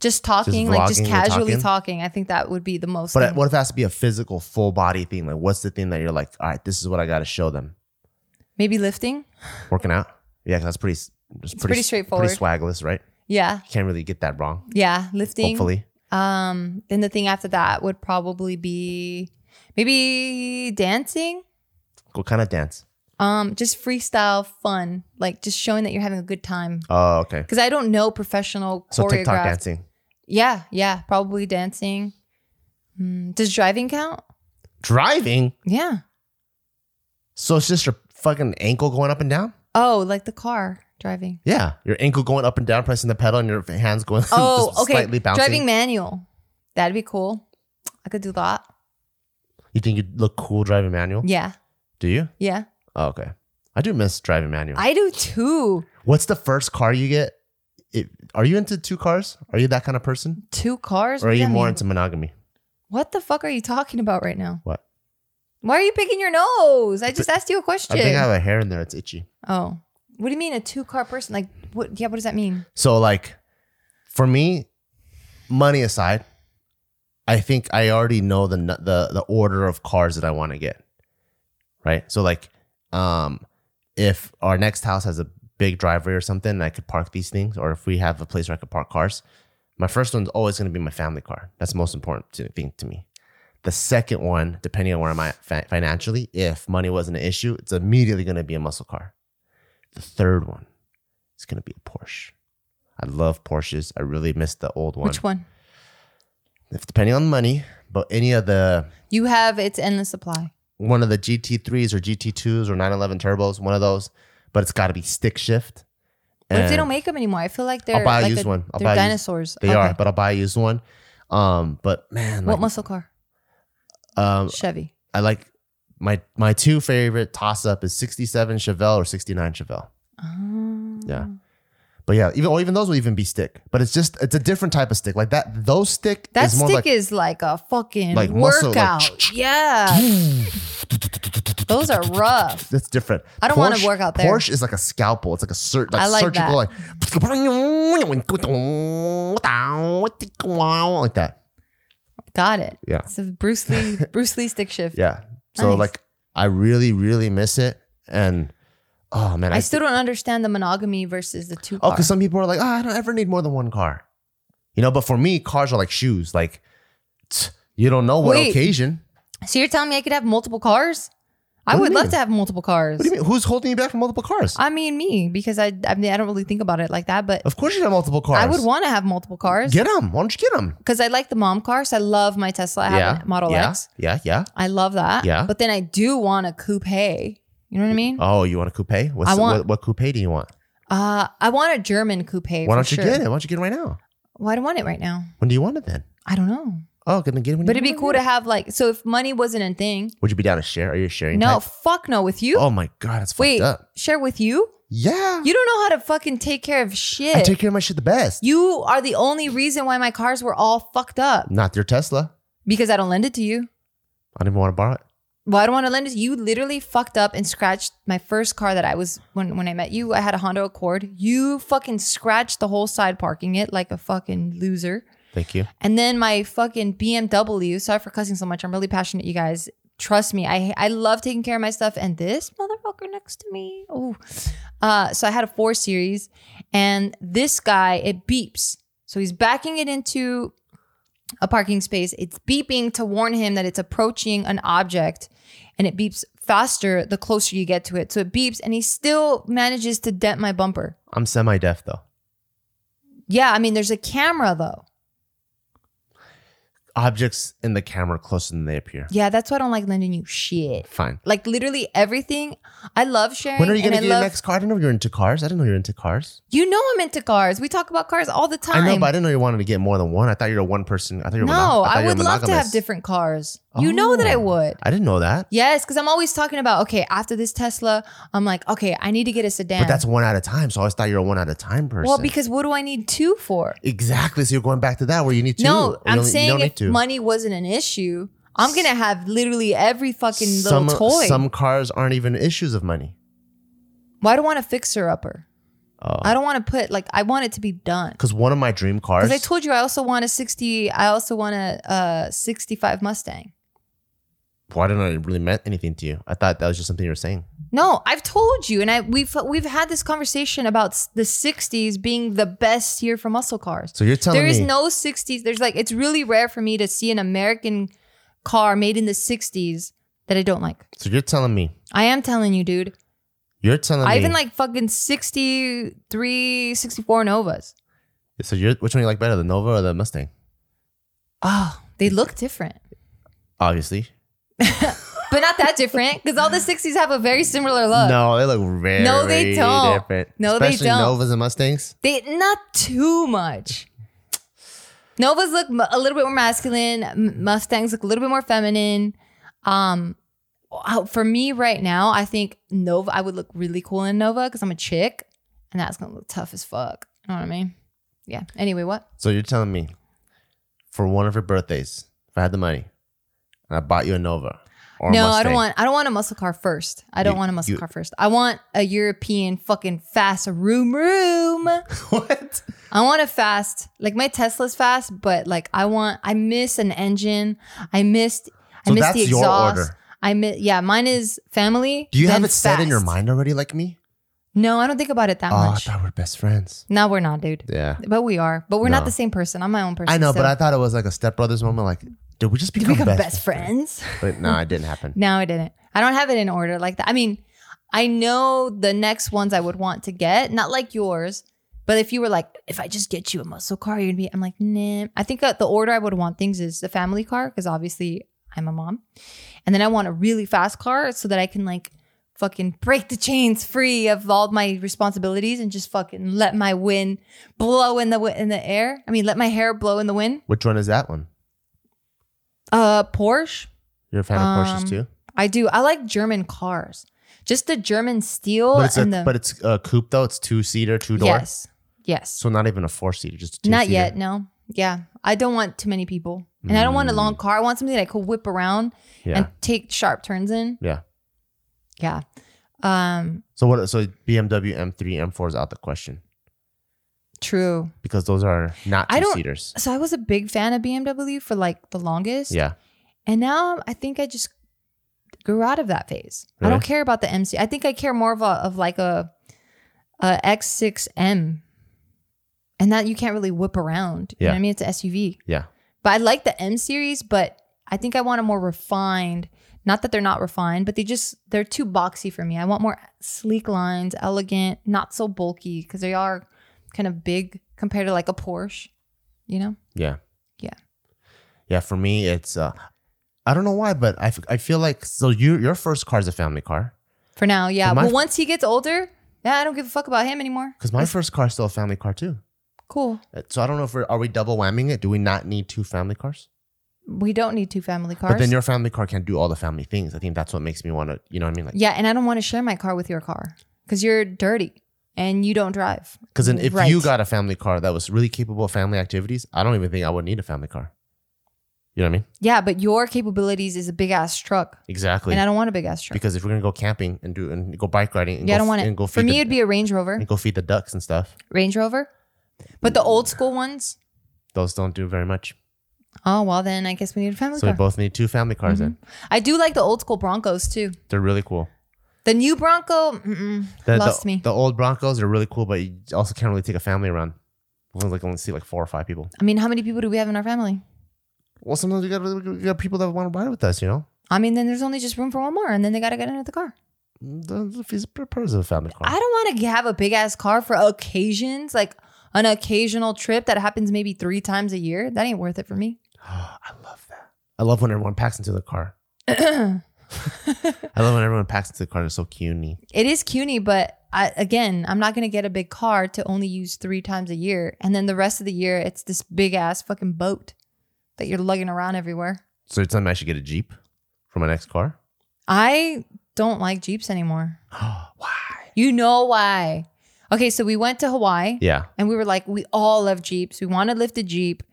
[SPEAKER 1] Just talking, like just
[SPEAKER 2] vlogging or
[SPEAKER 1] casually talking.
[SPEAKER 2] talking?
[SPEAKER 1] I think that would be the most
[SPEAKER 2] But what if it has to be a physical, full body thing? Like, what's the thing that you're like, all right, this is what I got to show them?
[SPEAKER 1] maybe lifting.
[SPEAKER 2] Working out? Yeah, 'cause that's pretty, s- it's
[SPEAKER 1] pretty straightforward.
[SPEAKER 2] Pretty swagless, right?
[SPEAKER 1] Yeah.
[SPEAKER 2] You can't really get that wrong,
[SPEAKER 1] Yeah. Lifting.
[SPEAKER 2] hopefully.
[SPEAKER 1] Um then the thing after that would probably be maybe dancing.
[SPEAKER 2] What kind of dance?
[SPEAKER 1] Um just freestyle fun. Like just showing that you're having a good time.
[SPEAKER 2] Oh, okay.
[SPEAKER 1] Because I don't know professional
[SPEAKER 2] So TikTok
[SPEAKER 1] choreographed
[SPEAKER 2] dancing.
[SPEAKER 1] Yeah, yeah, probably dancing. Hmm, Does driving count?
[SPEAKER 2] Driving?
[SPEAKER 1] Yeah.
[SPEAKER 2] So it's just your fucking ankle going up and down?
[SPEAKER 1] Oh, like the car driving.
[SPEAKER 2] Yeah, your ankle going up and down, pressing the pedal, and your hands going *laughs*
[SPEAKER 1] Oh,
[SPEAKER 2] just
[SPEAKER 1] okay.
[SPEAKER 2] slightly bouncing.
[SPEAKER 1] Driving manual. That'd be cool. I could do that.
[SPEAKER 2] You think you look cool driving manual?
[SPEAKER 1] Yeah,
[SPEAKER 2] Do you?
[SPEAKER 1] yeah.
[SPEAKER 2] Oh, okay. I do miss driving manual.
[SPEAKER 1] I do too.
[SPEAKER 2] What's the first car you get? It, are you into two cars? Are you that kind of person?
[SPEAKER 1] Two cars.
[SPEAKER 2] Or are
[SPEAKER 1] What
[SPEAKER 2] you
[SPEAKER 1] does that
[SPEAKER 2] more
[SPEAKER 1] mean?
[SPEAKER 2] into monogamy?
[SPEAKER 1] What the fuck are you talking about right now?
[SPEAKER 2] What?
[SPEAKER 1] Why are you picking your nose? I just asked you a
[SPEAKER 2] I
[SPEAKER 1] question.
[SPEAKER 2] think I have a hair in there. It's itchy.
[SPEAKER 1] oh, what do you mean a two car person? Like what? Yeah, what does that mean?
[SPEAKER 2] So, like, for me, money aside, I think I already know the nu- the the order of cars that I want to get. Right. So, like, um, if our next house has a big driveway or something, and I could park these things, or if we have a place where I could park cars, my first one's always going to be my family car. That's the most important to, thing to me. The second one, depending on where I'm at fi- financially, if money wasn't an issue, it's immediately going to be a muscle car. The third one is going to be a Porsche. I love Porsches. I really miss the old one.
[SPEAKER 1] Which one?
[SPEAKER 2] If depending on money, but any of the
[SPEAKER 1] You have it's endless supply.
[SPEAKER 2] one of the GT3s or GT2s or 911 turbos, one of those, but it's got to be stick shift.
[SPEAKER 1] What if they
[SPEAKER 2] And
[SPEAKER 1] don't make them anymore? I feel like they're
[SPEAKER 2] I'll buy a
[SPEAKER 1] like
[SPEAKER 2] used
[SPEAKER 1] a-
[SPEAKER 2] one. I'll
[SPEAKER 1] they're
[SPEAKER 2] buy a used-
[SPEAKER 1] dinosaurs.
[SPEAKER 2] They
[SPEAKER 1] Okay.
[SPEAKER 2] are, but I'll buy a used one. Um, but man,
[SPEAKER 1] what
[SPEAKER 2] like,
[SPEAKER 1] muscle car?
[SPEAKER 2] um,
[SPEAKER 1] Chevy.
[SPEAKER 2] I like my my two favorite toss up is sixty seven Chevelle or sixty nine Chevelle.
[SPEAKER 1] Oh.
[SPEAKER 2] Yeah. But yeah, even or even those will even be stick. But it's just it's a different type of stick. Like that those stick
[SPEAKER 1] That
[SPEAKER 2] is more
[SPEAKER 1] stick
[SPEAKER 2] like
[SPEAKER 1] is like a fucking
[SPEAKER 2] Like muscle, like,
[SPEAKER 1] workout.
[SPEAKER 2] *laughs*
[SPEAKER 1] yeah. Those are rough.
[SPEAKER 2] that's different.
[SPEAKER 1] I don't wanna
[SPEAKER 2] Porsche-
[SPEAKER 1] work out there.
[SPEAKER 2] Porsche is like a scalpel. It's like a sur-
[SPEAKER 1] I
[SPEAKER 2] like,
[SPEAKER 1] like
[SPEAKER 2] surgical
[SPEAKER 1] that.
[SPEAKER 2] like like that.
[SPEAKER 1] Got it.
[SPEAKER 2] Yeah.
[SPEAKER 1] It's a Bruce
[SPEAKER 2] *laughs*
[SPEAKER 1] Lee Bruce Lee stick shift.
[SPEAKER 2] Yeah. So
[SPEAKER 1] Nice.
[SPEAKER 2] like I really really miss it and oh man
[SPEAKER 1] I still don't understand the monogamy versus the two
[SPEAKER 2] Oh,
[SPEAKER 1] car.
[SPEAKER 2] because some people are like, oh, I don't ever need more than one car. You know, but for me, cars are like shoes. Like, tch, you don't know what
[SPEAKER 1] Wait.
[SPEAKER 2] occasion.
[SPEAKER 1] so you're telling me I could have multiple cars? I
[SPEAKER 2] What do you
[SPEAKER 1] would love
[SPEAKER 2] mean?
[SPEAKER 1] to have multiple cars.
[SPEAKER 2] What do you mean? Who's holding you back from multiple cars?
[SPEAKER 1] I mean me because I I mean I don't really think about it like that, but
[SPEAKER 2] of course you have multiple cars.
[SPEAKER 1] I would want to have multiple cars
[SPEAKER 2] Get them. Why don't you get them?
[SPEAKER 1] because I like the mom cars. I love my Tesla. I have a Model
[SPEAKER 2] yeah.
[SPEAKER 1] X.
[SPEAKER 2] Yeah. Yeah.
[SPEAKER 1] I love that.
[SPEAKER 2] Yeah.
[SPEAKER 1] But then I do want a coupe. You know what I mean?
[SPEAKER 2] Oh, you want a coupe? What's,
[SPEAKER 1] I want-
[SPEAKER 2] what, what coupe do you want?
[SPEAKER 1] Uh, I want a German coupe.
[SPEAKER 2] Why don't you get it? Why don't you get it right now?
[SPEAKER 1] Well, I don't want it right now.
[SPEAKER 2] When do you want it then?
[SPEAKER 1] I don't know.
[SPEAKER 2] Oh, gonna get it when
[SPEAKER 1] But
[SPEAKER 2] you
[SPEAKER 1] it'd be
[SPEAKER 2] want
[SPEAKER 1] cool
[SPEAKER 2] it.
[SPEAKER 1] to have like so if money wasn't a thing.
[SPEAKER 2] Would you be down to share? Are you a sharing?
[SPEAKER 1] No,
[SPEAKER 2] type?
[SPEAKER 1] fuck no with you.
[SPEAKER 2] Oh my god, that's
[SPEAKER 1] Wait,
[SPEAKER 2] fucked up.
[SPEAKER 1] share with you?
[SPEAKER 2] Yeah.
[SPEAKER 1] You don't know how to fucking take care of
[SPEAKER 2] I
[SPEAKER 1] shit.
[SPEAKER 2] take care of my shit the best.
[SPEAKER 1] you are the only reason why my cars were all fucked up
[SPEAKER 2] Not your Tesla.
[SPEAKER 1] because I don't lend it to you.
[SPEAKER 2] I don't even want to borrow it.
[SPEAKER 1] Well, I don't want to lend it. You literally fucked up and scratched my first car that I was when when I met you. I had a Honda Accord. You fucking scratched the whole side parking it like a fucking loser.
[SPEAKER 2] Thank you.
[SPEAKER 1] And then my fucking BMW. Sorry for cussing so much. I'm really passionate, you guys. Trust me, I I love taking care of my stuff. And this motherfucker next to me. Oh, uh, so I had a four series, and this guy it beeps. So he's backing it into a parking space. It's beeping to warn him that it's approaching an object, and it beeps faster the closer you get to it. So it beeps, and he still manages to dent my bumper.
[SPEAKER 2] I'm semi-deaf though.
[SPEAKER 1] Yeah, I mean, there's a camera though.
[SPEAKER 2] objects in the camera closer than they appear.
[SPEAKER 1] Yeah, that's why I don't like lending you shit.
[SPEAKER 2] Fine.
[SPEAKER 1] Like literally everything. I love sharing.
[SPEAKER 2] When are you
[SPEAKER 1] and
[SPEAKER 2] gonna
[SPEAKER 1] I
[SPEAKER 2] get
[SPEAKER 1] love,
[SPEAKER 2] your next car? I didn't know you're into cars. I didn't know you're into cars.
[SPEAKER 1] You know I'm into cars. We talk about cars all the time.
[SPEAKER 2] I know, but I didn't know you wanted to get more than one. I thought you were a one person. I thought you were
[SPEAKER 1] no,
[SPEAKER 2] monog-
[SPEAKER 1] I,
[SPEAKER 2] thought you were
[SPEAKER 1] would love to
[SPEAKER 2] monogamous.
[SPEAKER 1] have different cars. You know that I
[SPEAKER 2] Oh.
[SPEAKER 1] would.
[SPEAKER 2] I didn't know that.
[SPEAKER 1] Yes, because I'm always talking about okay. After this Tesla, I'm like, okay, I need to get a sedan.
[SPEAKER 2] But that's one at a time. So I always thought you were a one at a time person.
[SPEAKER 1] well, because what do I need two for?
[SPEAKER 2] exactly. So you're going back to that where you need two.
[SPEAKER 1] No,
[SPEAKER 2] You
[SPEAKER 1] I'm
[SPEAKER 2] don't- you
[SPEAKER 1] saying
[SPEAKER 2] don't
[SPEAKER 1] if
[SPEAKER 2] need to.
[SPEAKER 1] money wasn't an issue, I'm gonna have literally every fucking
[SPEAKER 2] some,
[SPEAKER 1] little toy.
[SPEAKER 2] some cars aren't even issues of money.
[SPEAKER 1] why do I want a fixer upper?
[SPEAKER 2] Oh.
[SPEAKER 1] I don't want to put like I want it to be done.
[SPEAKER 2] Because one of my dream cars.
[SPEAKER 1] Because I told you I also want a 60, I also want a uh, 65 Mustang.
[SPEAKER 2] well, I didn't know it really meant anything to you. I thought that was just something you were saying.
[SPEAKER 1] No, I've told you, and I we've we've had this conversation about s- the 60s being the best year for muscle cars.
[SPEAKER 2] So you're telling
[SPEAKER 1] There is
[SPEAKER 2] me
[SPEAKER 1] no 60s. There's like it's really rare for me to see an American car made in the 60s that I don't like.
[SPEAKER 2] So you're telling me.
[SPEAKER 1] I am telling you, dude.
[SPEAKER 2] You're telling
[SPEAKER 1] I
[SPEAKER 2] me
[SPEAKER 1] even like fucking 63, 64 Novas.
[SPEAKER 2] So you're which one you like better, the Nova or the Mustang?
[SPEAKER 1] Oh,
[SPEAKER 2] Ah.
[SPEAKER 1] they look different.
[SPEAKER 2] Obviously.
[SPEAKER 1] But not that different because all the 60s have a very similar look.
[SPEAKER 2] No, they look very
[SPEAKER 1] Uh, No, they don't.
[SPEAKER 2] different.
[SPEAKER 1] No, they
[SPEAKER 2] Especially
[SPEAKER 1] don't.
[SPEAKER 2] Novas and Mustangs.
[SPEAKER 1] They not too much. Novas look m- a little bit more masculine. M- Mustangs look a little bit more feminine. Um, uh, for me right now, I think Nova. I would look really cool in Nova because I'm a chick, and that's gonna look tough as fuck. You know what I mean? Yeah. Anyway, what?
[SPEAKER 2] So you're telling me for one of your birthdays, if I had the money and I bought you a Nova or a
[SPEAKER 1] no, I
[SPEAKER 2] Mustang,
[SPEAKER 1] don't want. I don't want a muscle car first. I don't
[SPEAKER 2] You-
[SPEAKER 1] want a muscle
[SPEAKER 2] you-
[SPEAKER 1] car first. I want a European fucking fast room room.
[SPEAKER 2] *laughs* what?
[SPEAKER 1] I want to fast. Like my Tesla's fast, but like I want. I miss an engine. I missed. I
[SPEAKER 2] So
[SPEAKER 1] missed
[SPEAKER 2] that's
[SPEAKER 1] the
[SPEAKER 2] your
[SPEAKER 1] exhaust.
[SPEAKER 2] order.
[SPEAKER 1] I miss. Yeah, mine is family.
[SPEAKER 2] Do you have
[SPEAKER 1] then
[SPEAKER 2] it set in your
[SPEAKER 1] fast.
[SPEAKER 2] mind already like me?
[SPEAKER 1] No, I don't think about it that
[SPEAKER 2] Oh, I
[SPEAKER 1] much.
[SPEAKER 2] thought we are best friends.
[SPEAKER 1] No, we're not, dude.
[SPEAKER 2] Yeah.
[SPEAKER 1] But we are. But we're not
[SPEAKER 2] No.
[SPEAKER 1] the same person. I'm my own person.
[SPEAKER 2] I know, but
[SPEAKER 1] so-
[SPEAKER 2] I thought it was like a stepbrothers moment, like, did we just
[SPEAKER 1] did
[SPEAKER 2] become,
[SPEAKER 1] *laughs* we become best,
[SPEAKER 2] best,
[SPEAKER 1] friends.
[SPEAKER 2] But no, it
[SPEAKER 1] *laughs*
[SPEAKER 2] didn't happen.
[SPEAKER 1] No, I didn't. I don't have it in order like that. I mean, I know the next ones I would want to get, not like yours, but if you were like, if I just get you a muscle car, you'd be, I'm like, nah. I think that the order I would want things is the family car, because obviously I'm a mom. And then I want a really fast car so that I can like fucking break the chains free of all my responsibilities and just fucking let my wind blow in the wi- in the air. I mean, let my hair blow in the wind.
[SPEAKER 2] Which one is that one?
[SPEAKER 1] Uh, Porsche.
[SPEAKER 2] You're a fan of Porsches
[SPEAKER 1] Um,
[SPEAKER 2] too,
[SPEAKER 1] I do. I like German cars. Just the German steel
[SPEAKER 2] but it's a
[SPEAKER 1] and the
[SPEAKER 2] but it's a coupe though. It's two seater, two door.
[SPEAKER 1] yes, yes.
[SPEAKER 2] So not even a four seater, just a two
[SPEAKER 1] Not yet, no. Yeah. I don't want too many people. And I don't want a long car. I want something that I could whip around
[SPEAKER 2] Mm. Yeah.
[SPEAKER 1] and take sharp turns in.
[SPEAKER 2] Yeah.
[SPEAKER 1] Yeah. Um,
[SPEAKER 2] so what? So BMW M3, M4 is out the question
[SPEAKER 1] true.
[SPEAKER 2] because those are not
[SPEAKER 1] I
[SPEAKER 2] two
[SPEAKER 1] don't-
[SPEAKER 2] seaters.
[SPEAKER 1] So I was a big fan of BMW for like the longest.
[SPEAKER 2] Yeah.
[SPEAKER 1] And now I think I just grew out of that phase. I
[SPEAKER 2] Really?
[SPEAKER 1] don't care about the MC. I think I care more of a, of like a, a X6M. And that you can't really whip around. You know
[SPEAKER 2] Yeah.
[SPEAKER 1] what I mean, it's an SUV.
[SPEAKER 2] Yeah.
[SPEAKER 1] But I like the M series, but I think I want a more refined. Not that they're not refined, but they just they're too boxy for me. I want more sleek lines, elegant, not so bulky because they are kind of big compared to like a Porsche, you know?
[SPEAKER 2] Yeah.
[SPEAKER 1] Yeah.
[SPEAKER 2] Yeah. For me, it's uh, I don't know why, but I, f- I feel like so you your first car is a family car
[SPEAKER 1] For now, yeah.
[SPEAKER 2] But my-
[SPEAKER 1] but once he gets older, yeah, I don't give a fuck about him anymore.
[SPEAKER 2] because my first car is still a family car too.
[SPEAKER 1] Cool.
[SPEAKER 2] Uh, So I don't know if we're, are we double whamming it? Do we not need two family cars?
[SPEAKER 1] We don't need two family cars.
[SPEAKER 2] But then your family car can't do all the family things. I think that's what makes me want to, you know what I mean? Like,
[SPEAKER 1] yeah, and I don't want to share my car with your car because you're dirty and you don't drive.
[SPEAKER 2] because then if
[SPEAKER 1] Right.
[SPEAKER 2] you got a family car that was really capable of family activities, I don't even think I would need a family car. You know what I mean?
[SPEAKER 1] Yeah, but your capabilities is a big ass truck.
[SPEAKER 2] Exactly.
[SPEAKER 1] And I don't want a big ass truck.
[SPEAKER 2] because if we're gonna go camping and do and go bike riding, and
[SPEAKER 1] Yeah, I
[SPEAKER 2] go,
[SPEAKER 1] don't
[SPEAKER 2] f-
[SPEAKER 1] want
[SPEAKER 2] and go
[SPEAKER 1] it.
[SPEAKER 2] feed
[SPEAKER 1] For me,
[SPEAKER 2] the,
[SPEAKER 1] it'd be a Range Rover.
[SPEAKER 2] and go feed the ducks and stuff.
[SPEAKER 1] Range Rover. But the old school ones.
[SPEAKER 2] Those don't do very much.
[SPEAKER 1] Oh well, then I guess we need a family
[SPEAKER 2] So we
[SPEAKER 1] car.
[SPEAKER 2] both need two family cars. Then
[SPEAKER 1] I do like the old school Broncos too.
[SPEAKER 2] they're really cool.
[SPEAKER 1] The new Bronco mm-mm,
[SPEAKER 2] The,
[SPEAKER 1] lost
[SPEAKER 2] the,
[SPEAKER 1] me.
[SPEAKER 2] The old Broncos are really cool, but you also can't really take a family around. Only like only see like four or five people.
[SPEAKER 1] I mean, how many people do we have in our family?
[SPEAKER 2] Well, sometimes we got we got people that want to ride with us. You know,
[SPEAKER 1] I mean, then there's only just room for one more, and then they gotta get another car.
[SPEAKER 2] The- if he's a person of a family car.
[SPEAKER 1] I don't want to have a big ass car for occasions, like an occasional trip that happens maybe three times a year. That ain't worth it for me. *clears throat*
[SPEAKER 2] *gasps* I love that. I love when everyone packs into the car. I love when everyone packs into the car. They're so cuny.
[SPEAKER 1] It is cuny, but I, again, I'm not gonna get a big car to only use three times a year, and then the rest of the year it's this big ass fucking boat that you're lugging around everywhere.
[SPEAKER 2] So it's time I should get a Jeep for my next
[SPEAKER 1] *gasps*
[SPEAKER 2] car.
[SPEAKER 1] I don't like jeeps anymore.
[SPEAKER 2] Why?
[SPEAKER 1] You know why? Okay, so we went to Hawaii.
[SPEAKER 2] Yeah.
[SPEAKER 1] And we were like, we all love Jeeps. We want to lift a Jeep.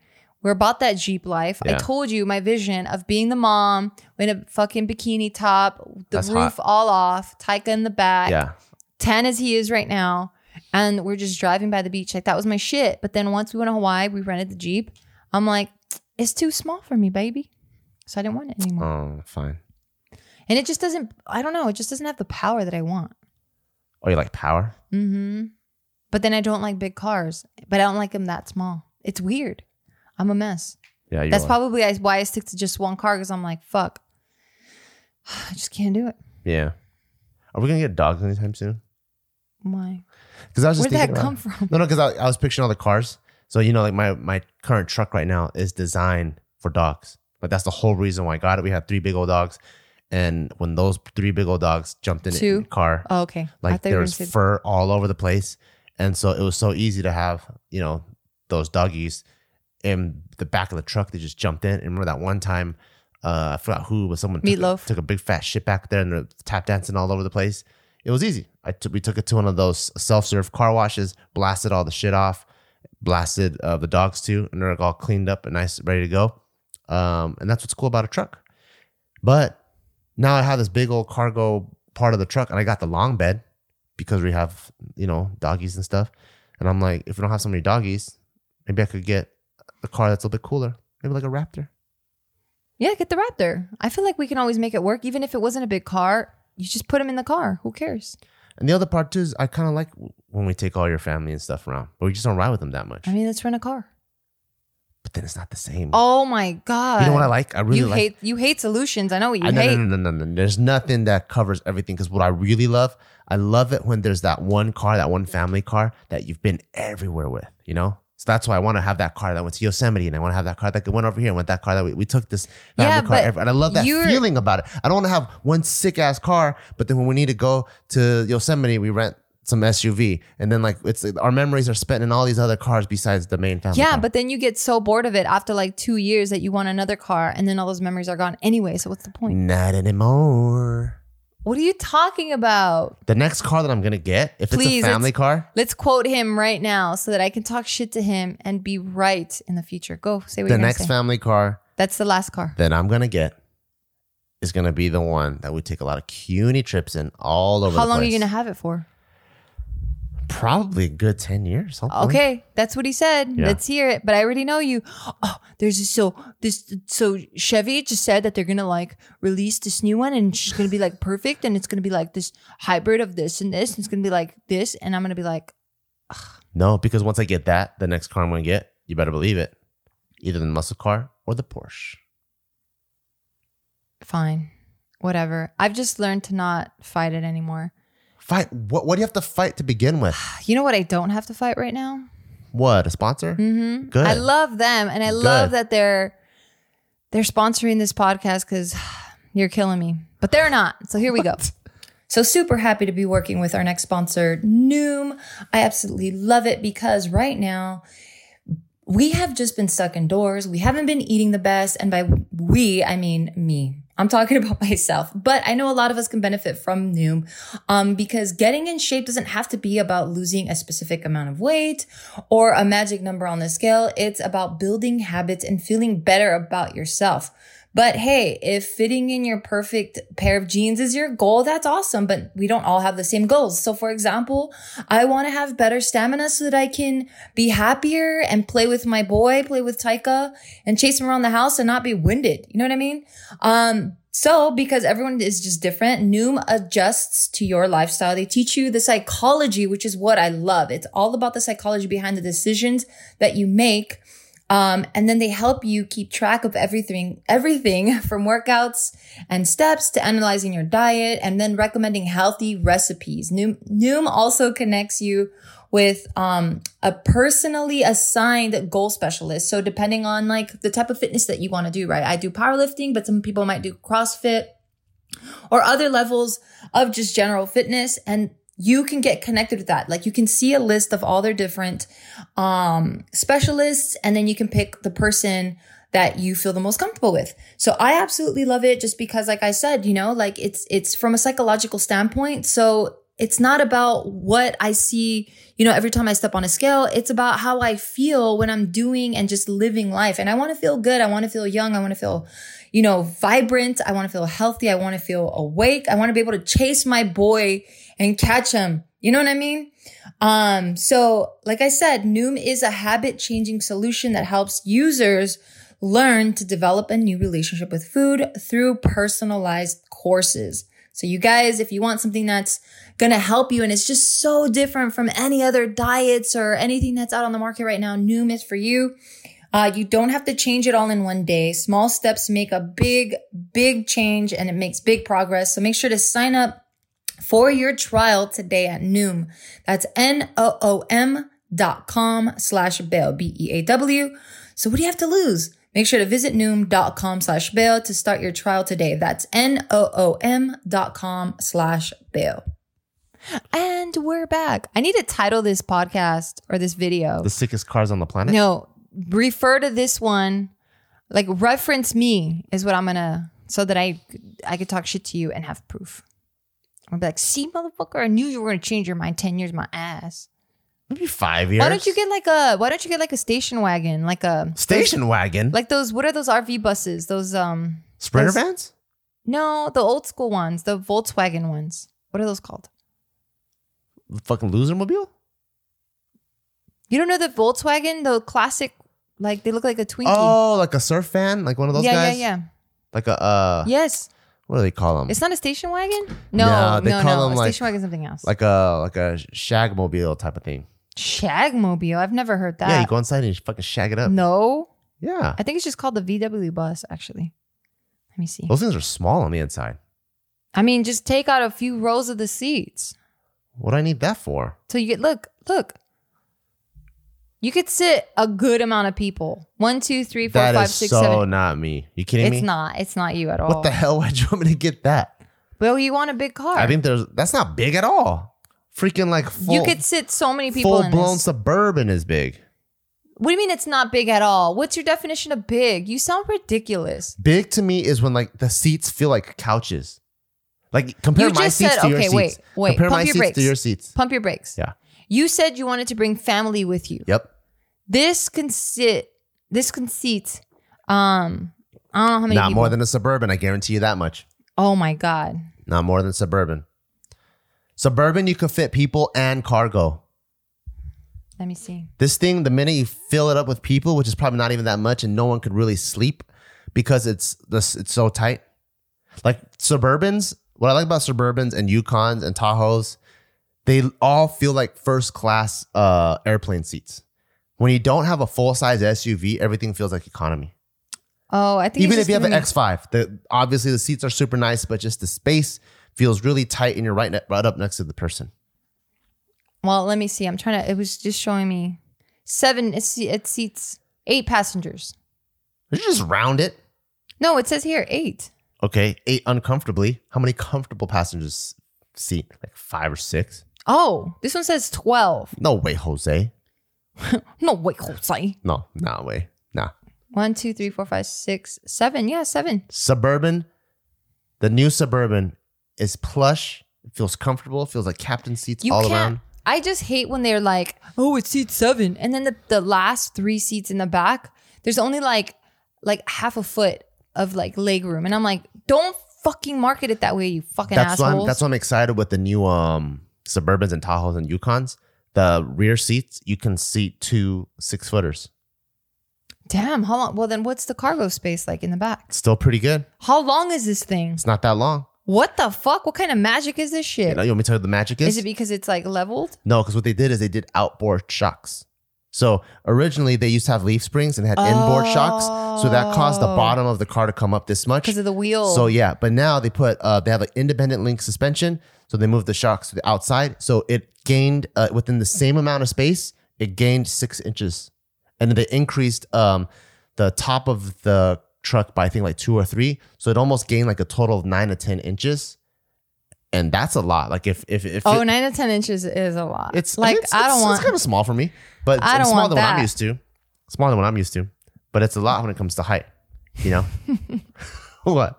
[SPEAKER 1] We're about that Jeep life. I
[SPEAKER 2] Yeah.
[SPEAKER 1] told you my vision of being the mom in a fucking bikini top, the
[SPEAKER 2] That's
[SPEAKER 1] roof
[SPEAKER 2] hot.
[SPEAKER 1] all off, Tyka in the back,
[SPEAKER 2] Yeah.
[SPEAKER 1] 10 as he is right now. And we're just driving by the beach. Like that was my shit. But then once we went to Hawaii, we rented the Jeep. I'm like, it's too small for me, baby. So I didn't want it anymore.
[SPEAKER 2] Oh, fine.
[SPEAKER 1] And it just doesn't, I don't know, it just doesn't have the power that I want.
[SPEAKER 2] Oh, you like power?
[SPEAKER 1] hmm But then I don't like big cars, but I don't like them that small. It's weird. I'm a mess.
[SPEAKER 2] Yeah. You
[SPEAKER 1] That's
[SPEAKER 2] are.
[SPEAKER 1] probably I- why I stick to just one car because I'm like, fuck, *sighs* I just can't do it.
[SPEAKER 2] Yeah. Are we gonna get dogs anytime soon?
[SPEAKER 1] Why?
[SPEAKER 2] Because I was
[SPEAKER 1] Where
[SPEAKER 2] just
[SPEAKER 1] did that
[SPEAKER 2] thinking about-
[SPEAKER 1] come from?
[SPEAKER 2] No, no, because I, I was picturing all the cars. So you know, like my my current truck right now is designed for dogs. But that's the whole reason why I got it. We had three big old dogs, and when those three big old dogs jumped in
[SPEAKER 1] Two?
[SPEAKER 2] the car,
[SPEAKER 1] *laughs* Oh, okay. I
[SPEAKER 2] like
[SPEAKER 1] thought you
[SPEAKER 2] there
[SPEAKER 1] were
[SPEAKER 2] was
[SPEAKER 1] gonna say-
[SPEAKER 2] fur all over the place, and so it was so easy to have you know those doggies in the back of the truck. They just jumped in. And remember that one time. Uh, I forgot who, but someone took a,
[SPEAKER 1] Meatloaf.
[SPEAKER 2] took a big fat shit back there and they're tap dancing all over the place it was easy. I took we took it to one of those self serve car washes, blasted all the shit off, blasted uh, the dogs too, and they're like all cleaned up and nice, ready to go. Um, and that's what's cool about a truck. But now I have this big old cargo part of the truck, and I got the long bed because we have you know doggies and stuff. And I'm like, if we don't have so many doggies, maybe I could get a car that's a little bit cooler, maybe like a Raptor.
[SPEAKER 1] yeah, get the Raptor. I feel like we can always make it work, even if it wasn't a big car. You just put him in the car. Who cares?
[SPEAKER 2] And the other part too is I kind of like when we take all your family and stuff around, but we just don't ride with them that much.
[SPEAKER 1] I mean, let's rent a car.
[SPEAKER 2] but then it's not the same.
[SPEAKER 1] Oh my god!
[SPEAKER 2] Mm. You know what I like? I really
[SPEAKER 1] you
[SPEAKER 2] like.
[SPEAKER 1] hate you hate solutions. I know what you
[SPEAKER 2] I, no,
[SPEAKER 1] hate.
[SPEAKER 2] no, no, no, no, no. There's nothing that covers everything. Because what I really love, I love it when there's that one car, that one family car that you've been everywhere with. You know, So that's why I want to have that car that went to Yosemite, and I want to have that car that went over here, and went that car that we, we took this family
[SPEAKER 1] Yeah,
[SPEAKER 2] car,
[SPEAKER 1] but
[SPEAKER 2] every- and I love that
[SPEAKER 1] you're-
[SPEAKER 2] feeling about it. I don't want to have one sick ass car, but then when we need to go to Yosemite, we rent some SUV, and then like it's our memories are spent in all these other cars besides the main family.
[SPEAKER 1] Yeah,
[SPEAKER 2] car.
[SPEAKER 1] but then you get so bored of it after like two years that you want another car and then all those memories are gone anyway. So what's the point?
[SPEAKER 2] not anymore.
[SPEAKER 1] What are you talking about?
[SPEAKER 2] The next car that I'm gonna get, if
[SPEAKER 1] Please,
[SPEAKER 2] it's a family car,
[SPEAKER 1] Let's quote him right now so that I can talk shit to him and be right in the future. Go say what
[SPEAKER 2] the
[SPEAKER 1] you're
[SPEAKER 2] next
[SPEAKER 1] gonna say.
[SPEAKER 2] family car
[SPEAKER 1] That's the last car.
[SPEAKER 2] that I'm gonna get is gonna be the one that we take a lot of CUNY trips in all over.
[SPEAKER 1] How
[SPEAKER 2] the
[SPEAKER 1] long are
[SPEAKER 2] place.
[SPEAKER 1] you gonna have it for?
[SPEAKER 2] Probably a good ten years. hopefully.
[SPEAKER 1] Okay, that's what he said.
[SPEAKER 2] Yeah.
[SPEAKER 1] Let's hear it. But I already know you. Oh, there's this, so this so Chevy just said that they're gonna like release this new one and she's gonna be like perfect and it's gonna be like this hybrid of this and this and it's gonna be like this and I'm gonna be like
[SPEAKER 2] No, because once I get that, the next car I'm gonna get, you better believe it, either the muscle car or the Porsche.
[SPEAKER 1] fine, whatever. I've just learned to not fight it anymore.
[SPEAKER 2] Fight. What? What do you have to fight to begin with? *sighs*
[SPEAKER 1] You know what I don't have to fight right now?
[SPEAKER 2] What? A sponsor?
[SPEAKER 1] Mm-hmm.
[SPEAKER 2] Good.
[SPEAKER 1] I love them, and I
[SPEAKER 2] Good.
[SPEAKER 1] love that they're they're sponsoring this podcast because *sighs* you're killing me. But they're not. So here we go. So super happy to be working with our next sponsor, Noom. I absolutely love it because right now we have just been stuck indoors. We haven't been eating the best, and by we I mean me. I'm talking *laughs* about myself, but I know a lot of us can benefit from Noom um, because getting in shape doesn't have to be about losing a specific amount of weight or a magic number on the scale. It's about building habits and feeling better about yourself. But hey, if fitting in your perfect pair of jeans is your goal, that's awesome. But we don't all have the same goals. So for example, I want to have better stamina so that I can be happier and play with my boy, play with Taika and chase him around the house and not be winded. You know what I mean? Um, so because everyone is just different, Noom adjusts to your lifestyle. They teach you the psychology, which is what I love. It's all about the psychology behind the decisions that you make. Um, and then they help you keep track of everything, everything *laughs* from workouts and steps to analyzing your diet and then recommending healthy recipes. Noom, Noom also connects you with um, a personally assigned goal specialist. So depending on like the type of fitness that you want to do, right? I do powerlifting, but some people might do CrossFit or other levels of just general fitness and you can get connected with that. Like you can see a list of all their different um, specialists, and then you can pick the person that you feel the most comfortable with. So I absolutely love it just because, like I said, you know, like it's, it's from a psychological standpoint. So it's not about what I see, you know, every time I step on a scale. It's about how I feel when I'm doing and just living life. And I want to feel good. I want to feel young. I want to feel, you know, vibrant. I want to feel healthy. I want to feel awake. I want to be able to chase my boy and catch him. You know what I mean? Um, so like I said, Noom is a habit changing solution that helps users learn to develop a new relationship with food through personalized courses. So you guys, if you want something that's gonna help you and it's just so different from any other diets or anything that's out on the market right now, Noom is for you. Uh, you don't have to change it all in one day. Small steps make a big, big change and it makes big progress. So make sure to sign up for your trial today at Noom. That's N-O-O-M dot com slash bail, B-E-A-W. So what do you have to lose? Make sure to visit noom.com slash bail to start your trial today. That's N-O-O-M dot com slash bail. And we're back. I need to title this podcast or this video.
[SPEAKER 2] The sickest cars on the planet.
[SPEAKER 1] No, refer to this one. Like reference me is what I'm gonna so that I I could talk shit to you and have proof. I'll be like, see, motherfucker, I knew you were gonna change your mind ten years, my ass.
[SPEAKER 2] Maybe five years.
[SPEAKER 1] Why don't you get like a why don't you get like a station wagon? Like a
[SPEAKER 2] station wagon?
[SPEAKER 1] like those what are those RV buses? Those um
[SPEAKER 2] Sprinter
[SPEAKER 1] those-
[SPEAKER 2] vans?
[SPEAKER 1] no, the old school ones, the Volkswagen ones. What are those called?
[SPEAKER 2] Fucking loser mobile?
[SPEAKER 1] You don't know the Volkswagen, the classic like they look like a Twinkie.
[SPEAKER 2] Oh, like a surf fan, like one of those
[SPEAKER 1] yeah,
[SPEAKER 2] guys.
[SPEAKER 1] yeah, yeah.
[SPEAKER 2] Like a uh,
[SPEAKER 1] Yes.
[SPEAKER 2] what do they call them?
[SPEAKER 1] It's not a station wagon? No,
[SPEAKER 2] No,
[SPEAKER 1] no,
[SPEAKER 2] they
[SPEAKER 1] no.
[SPEAKER 2] call them,
[SPEAKER 1] a
[SPEAKER 2] like-
[SPEAKER 1] station wagon something else. Like
[SPEAKER 2] like a like a shagmobile type of thing.
[SPEAKER 1] Shagmobile. I've never heard that.
[SPEAKER 2] yeah, you go inside and you fucking shag it up.
[SPEAKER 1] No.
[SPEAKER 2] Yeah,
[SPEAKER 1] I think it's just called the VW bus, actually. Let me see.
[SPEAKER 2] those things are small on the inside.
[SPEAKER 1] I mean, just take out a few rows of the seats.
[SPEAKER 2] What do I need that for?
[SPEAKER 1] So you get look, look. You could sit a good amount of people. One, two, three, four,
[SPEAKER 2] That
[SPEAKER 1] five,
[SPEAKER 2] is
[SPEAKER 1] six,
[SPEAKER 2] so
[SPEAKER 1] seven.
[SPEAKER 2] not me. You kidding
[SPEAKER 1] It's
[SPEAKER 2] me?
[SPEAKER 1] not. It's not you at all.
[SPEAKER 2] What the hell? *laughs* Why'd you want me to get that?
[SPEAKER 1] But you want a big car.
[SPEAKER 2] I think there's that's not big at all. Freaking like full,
[SPEAKER 1] you could sit so many people
[SPEAKER 2] full
[SPEAKER 1] in
[SPEAKER 2] blown
[SPEAKER 1] this.
[SPEAKER 2] suburban is big.
[SPEAKER 1] What do you mean it's not big at all? What's your definition of big? You sound ridiculous.
[SPEAKER 2] Big to me is when like the seats feel like couches. Like compare
[SPEAKER 1] You
[SPEAKER 2] my
[SPEAKER 1] just
[SPEAKER 2] seats
[SPEAKER 1] said-
[SPEAKER 2] to your
[SPEAKER 1] okay,
[SPEAKER 2] seats.
[SPEAKER 1] wait, wait,
[SPEAKER 2] Compare
[SPEAKER 1] pump
[SPEAKER 2] my
[SPEAKER 1] your
[SPEAKER 2] seats
[SPEAKER 1] brakes.
[SPEAKER 2] to your seats.
[SPEAKER 1] Pump your brakes.
[SPEAKER 2] Yeah.
[SPEAKER 1] You said you wanted to bring family with you.
[SPEAKER 2] Yep.
[SPEAKER 1] This can sit. This can seat. Um, I don't know how many.
[SPEAKER 2] Not
[SPEAKER 1] people.
[SPEAKER 2] more than a suburban. I guarantee you that much.
[SPEAKER 1] Oh my god.
[SPEAKER 2] Not more than suburban. Suburban, you could fit people and cargo.
[SPEAKER 1] Let me see.
[SPEAKER 2] This thing, the minute you fill it up with people, which is probably not even that much, and no one could really sleep because it's this it's so tight. Like Suburbans, what I like about Suburbans and Yukons and Tahoes, they all feel like first class uh, airplane seats. When you don't have a full size SUV, everything feels like economy.
[SPEAKER 1] Oh, I think
[SPEAKER 2] Even
[SPEAKER 1] it's
[SPEAKER 2] if you have
[SPEAKER 1] just
[SPEAKER 2] an
[SPEAKER 1] giving me-
[SPEAKER 2] X5, the, obviously the seats are super nice, but just the space feels really tight, and you're right, ne- right up next to the person.
[SPEAKER 1] Well, let me see. I'm trying to. It was just showing me seven. It, se- it seats eight passengers.
[SPEAKER 2] Did you just round it?
[SPEAKER 1] No, it says here eight.
[SPEAKER 2] Okay, eight uncomfortably. How many comfortable passengers seat? Like five or six?
[SPEAKER 1] Oh, this one says twelve.
[SPEAKER 2] No way, Jose.
[SPEAKER 1] No, wait, Jose.
[SPEAKER 2] No, not way. Nah.
[SPEAKER 1] One, two, three, four, five, six, seven. Yeah, seven.
[SPEAKER 2] Suburban, the new Suburban is plush. It feels comfortable. It feels like captain seats
[SPEAKER 1] You
[SPEAKER 2] all
[SPEAKER 1] can't.
[SPEAKER 2] around.
[SPEAKER 1] I just hate when they're like, oh, it's seat seven, and then the, the last three seats in the back, there's only like like half a foot of like leg room, and I'm like, don't fucking market it that way, you fucking
[SPEAKER 2] That's why,
[SPEAKER 1] assholes.
[SPEAKER 2] I'm, that's why I'm excited with the new um Suburbans and Tahoes and Yukons. The rear seats, you can seat two six footers.
[SPEAKER 1] Damn, how long? Well, then what's the cargo space like in the back?
[SPEAKER 2] Still pretty good.
[SPEAKER 1] How long is this thing?
[SPEAKER 2] It's not that long.
[SPEAKER 1] What the fuck? What kind of magic is this
[SPEAKER 2] You,
[SPEAKER 1] shit?
[SPEAKER 2] know, you want me to tell you what the magic
[SPEAKER 1] is it because it's like leveled?
[SPEAKER 2] No, because what they did is they did outboard shocks. So originally they used to have leaf springs and had inboard shocks. So that caused the
[SPEAKER 1] Oh.
[SPEAKER 2] bottom of the car to come up this much.
[SPEAKER 1] Because of the wheel.
[SPEAKER 2] So yeah, but now they put uh, they have an independent link suspension. So they moved the shocks to the outside. So it gained uh, within the same amount of space, it gained six inches, and then they increased um, the top of the truck by I think like two or three. So it almost gained like a total of nine to ten inches, and that's a lot. Like if if if
[SPEAKER 1] oh,
[SPEAKER 2] it-
[SPEAKER 1] nine to ten inches is a lot.
[SPEAKER 2] it's
[SPEAKER 1] like I,
[SPEAKER 2] mean, it's,
[SPEAKER 1] don't
[SPEAKER 2] it's-
[SPEAKER 1] want.
[SPEAKER 2] It's kind of small for me, but
[SPEAKER 1] I
[SPEAKER 2] it's
[SPEAKER 1] don't
[SPEAKER 2] smaller
[SPEAKER 1] want
[SPEAKER 2] than what I'm
[SPEAKER 1] that.
[SPEAKER 2] used to. Smaller than what I'm used to, but it's a lot when it comes to height.
[SPEAKER 1] *laughs*
[SPEAKER 2] You know *laughs* what?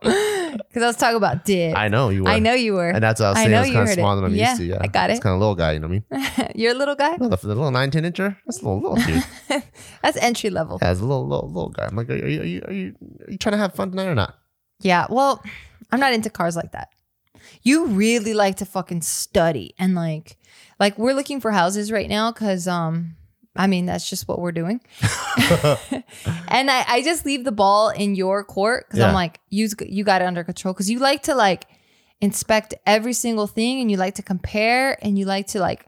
[SPEAKER 1] Because I was talking about dick. I,
[SPEAKER 2] I know you. Were.
[SPEAKER 1] know you were.
[SPEAKER 2] And that's what I was
[SPEAKER 1] I
[SPEAKER 2] saying.
[SPEAKER 1] know
[SPEAKER 2] It's
[SPEAKER 1] you
[SPEAKER 2] kind of
[SPEAKER 1] heard it.
[SPEAKER 2] smaller than I'm
[SPEAKER 1] Yeah,
[SPEAKER 2] used to. Yeah,
[SPEAKER 1] I got
[SPEAKER 2] It's
[SPEAKER 1] it. Uh-huh.
[SPEAKER 2] kind of little guy. You know what I mean?
[SPEAKER 1] *laughs* You're a little guy.
[SPEAKER 2] No, the, the little nine ten incher. That's a little little
[SPEAKER 1] *laughs*
[SPEAKER 2] dude.
[SPEAKER 1] That's entry level.
[SPEAKER 2] That's a little little little guy. I'm like, are you are you are you, are you trying to have fun tonight or not? *laughs*
[SPEAKER 1] Yeah. Well, I'm not into cars like that. You really like to fucking study and like, like we're looking for houses right now because um, I mean that's just what we're doing. and I, I just leave the ball in your court because
[SPEAKER 2] Yeah.
[SPEAKER 1] I'm like, you you got it under control because you like to like inspect every single thing and you like to compare and you like to like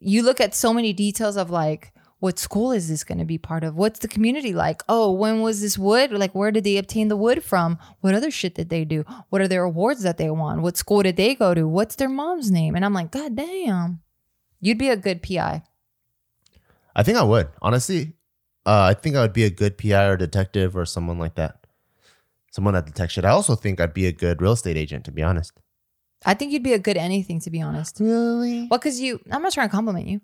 [SPEAKER 1] you look at so many details of like what school is this going to be part of what's the community like oh when was this wood like where did they obtain the wood from what other shit did they do what are their awards that they won what school did they go to what's their mom's name and i'm like god damn you'd be a good pi
[SPEAKER 2] I think I would honestly. Uh, I think I would be a good PI or detective or someone like that. Someone that detects shit. I also think I'd be a good real estate agent. To be honest.
[SPEAKER 1] i think you'd be a good anything to be honest
[SPEAKER 2] Really?
[SPEAKER 1] well because you i'm not trying to compliment you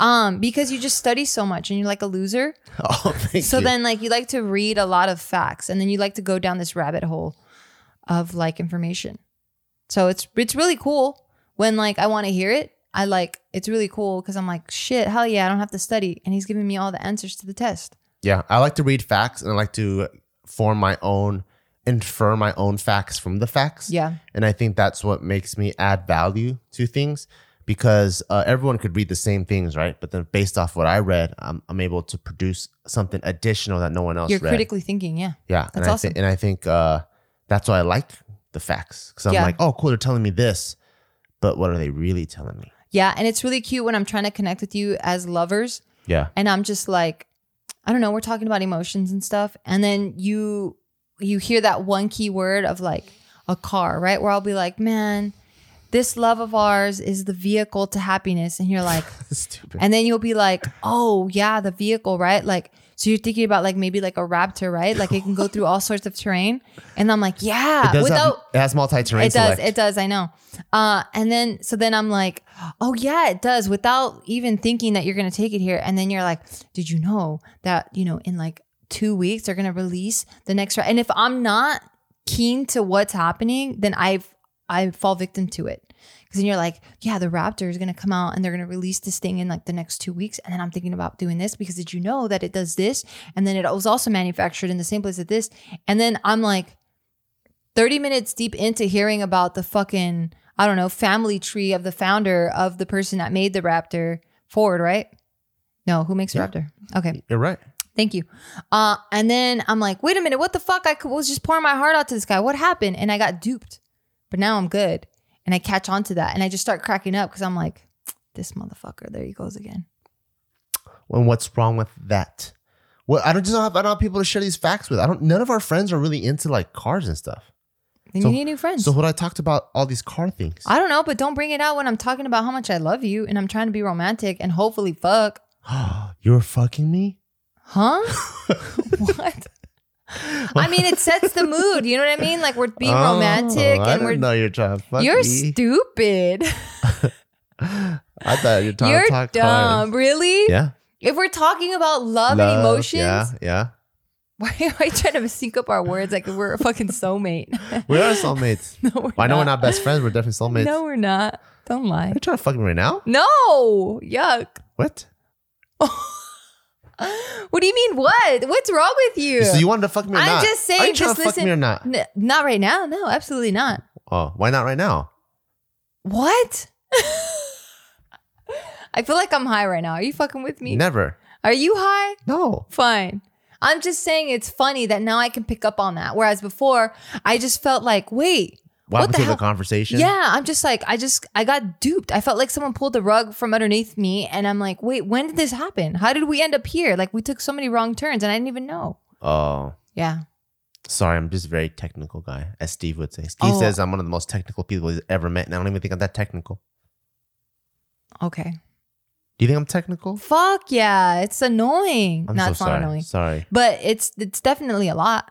[SPEAKER 1] um because you just study so much and you're like a loser
[SPEAKER 2] *laughs* Oh, *laughs* thank
[SPEAKER 1] so
[SPEAKER 2] you.
[SPEAKER 1] then like you like to read a lot of facts and then you like to go down this rabbit hole of like information so it's it's really cool when like i want to hear it i like it's really cool because i'm like shit hell yeah i don't have to study and he's giving me all the answers to the test
[SPEAKER 2] Yeah, I like to read facts and I like to form my own, infer my own facts from the facts.
[SPEAKER 1] yeah
[SPEAKER 2] And I think that's what makes me add value to things because uh, everyone could read the same things, right? But then based off what I read, I'm, I'm able to produce something additional that no one else
[SPEAKER 1] you're
[SPEAKER 2] read.
[SPEAKER 1] critically thinking yeah
[SPEAKER 2] yeah, and
[SPEAKER 1] That's
[SPEAKER 2] I
[SPEAKER 1] awesome.
[SPEAKER 2] think and I think uh, that's why I like the facts because I'm
[SPEAKER 1] Yeah.
[SPEAKER 2] like, oh, cool, they're telling me this, but what are they really telling me?
[SPEAKER 1] yeah and it's really cute when i'm trying to connect with you as lovers
[SPEAKER 2] Yeah, *laughs*
[SPEAKER 1] and i'm just like i don't know we're talking about emotions and stuff and then you you hear that one key word of like a car right where i'll be like man this love of ours is the vehicle to happiness. And you're
[SPEAKER 2] *laughs*
[SPEAKER 1] like,
[SPEAKER 2] Stupid.
[SPEAKER 1] and then you'll be like, oh, yeah, the vehicle, right? Like, so you're thinking about like maybe like a raptor, right? Like it can go through all sorts of terrain. And I'm like, yeah,
[SPEAKER 2] it does
[SPEAKER 1] without
[SPEAKER 2] have, it has multi-terrain
[SPEAKER 1] it does.
[SPEAKER 2] select.
[SPEAKER 1] It does. I know. Uh, and then so then I'm like, oh yeah, it does. Without even thinking that you're gonna take it here, and then you're like, did you know that you know in like two weeks they're gonna release the next round? And if I'm not keen to what's happening, then I I fall victim to it. Because then you're like, yeah, the Raptor is gonna come out and they're gonna release this thing in like the next two weeks, and then I'm thinking about doing this because did you know that it does this? And then it was also manufactured in the same place as this, and then I'm like. 30 minutes deep into hearing about the fucking, I don't know, family tree of the founder of the person that made the Raptor, Ford, right? No, who makes
[SPEAKER 2] Yeah.
[SPEAKER 1] Raptor? Okay,
[SPEAKER 2] You're right.
[SPEAKER 1] thank you. Uh, and then I'm like, wait a minute, what the fuck? I c- was just pouring my heart out to this guy. What happened? And I got duped, but now I'm good. And I catch on to that and I just start cracking up because I'm like, this motherfucker, there he goes again.
[SPEAKER 2] And what's wrong with that? Well, I don't just don't have I don't have people to share these facts with. I don't. None of our friends are really into like cars and stuff.
[SPEAKER 1] Then
[SPEAKER 2] So-
[SPEAKER 1] you need new friends.
[SPEAKER 2] So what I talked about all these car things.
[SPEAKER 1] I don't know, but don't bring it out when I'm talking about how much I love you and I'm trying to be romantic and hopefully fuck.
[SPEAKER 2] *gasps* You're fucking me. *laughs*
[SPEAKER 1] Huh? what? I mean, it sets the mood. You know what I mean? Like we're being
[SPEAKER 2] Oh,
[SPEAKER 1] romantic
[SPEAKER 2] I
[SPEAKER 1] and
[SPEAKER 2] didn't
[SPEAKER 1] we're
[SPEAKER 2] know you're trying to fuck
[SPEAKER 1] you're
[SPEAKER 2] me.
[SPEAKER 1] stupid.
[SPEAKER 2] *gasps* I thought you're trying
[SPEAKER 1] you're
[SPEAKER 2] to talk
[SPEAKER 1] dumb.
[SPEAKER 2] cars.
[SPEAKER 1] Really?
[SPEAKER 2] Yeah.
[SPEAKER 1] If we're talking about love, and
[SPEAKER 2] Love,
[SPEAKER 1] emotions,
[SPEAKER 2] Yeah, yeah.
[SPEAKER 1] *laughs* why are you trying to sync up our words like we're a fucking soulmate? *laughs*
[SPEAKER 2] We are soulmates.
[SPEAKER 1] no, we're
[SPEAKER 2] I know we're not best friends. We're definitely soulmates.
[SPEAKER 1] No, we're not. Don't lie.
[SPEAKER 2] You're trying to fuck me right now?
[SPEAKER 1] No, yuck.
[SPEAKER 2] What?
[SPEAKER 1] What do you mean? What? What's wrong with you?
[SPEAKER 2] So you wanted to fuck me or
[SPEAKER 1] I'm
[SPEAKER 2] not?
[SPEAKER 1] just saying,
[SPEAKER 2] Are you trying
[SPEAKER 1] just
[SPEAKER 2] to fuck me
[SPEAKER 1] listen-
[SPEAKER 2] or not?
[SPEAKER 1] N- not right now. No, absolutely not.
[SPEAKER 2] Oh, why not right now?
[SPEAKER 1] What? I feel like I'm high right now. Are you fucking with me?
[SPEAKER 2] Never.
[SPEAKER 1] Are you high?
[SPEAKER 2] No.
[SPEAKER 1] Fine. I'm just saying it's funny that now I can pick up on that. Whereas before, I just felt like, wait, What
[SPEAKER 2] What, happened
[SPEAKER 1] the
[SPEAKER 2] to
[SPEAKER 1] hell?
[SPEAKER 2] the conversation?
[SPEAKER 1] yeah, I'm just like, I just, I got duped. I felt like someone pulled the rug from underneath me. And I'm like, wait, when did this happen? How did we end up here? Like, we took so many wrong turns and I didn't even know.
[SPEAKER 2] Oh,
[SPEAKER 1] Yeah.
[SPEAKER 2] sorry. I'm just a very technical guy, as Steve would say. Steve
[SPEAKER 1] Oh.
[SPEAKER 2] says I'm one of the most technical people he's ever met, and I don't even think I'm that technical.
[SPEAKER 1] Okay.
[SPEAKER 2] Do you think I'm technical?
[SPEAKER 1] Fuck yeah. It's annoying.
[SPEAKER 2] I'm
[SPEAKER 1] no,
[SPEAKER 2] so
[SPEAKER 1] it's not
[SPEAKER 2] sorry.
[SPEAKER 1] annoying.
[SPEAKER 2] Sorry.
[SPEAKER 1] But it's it's definitely a lot.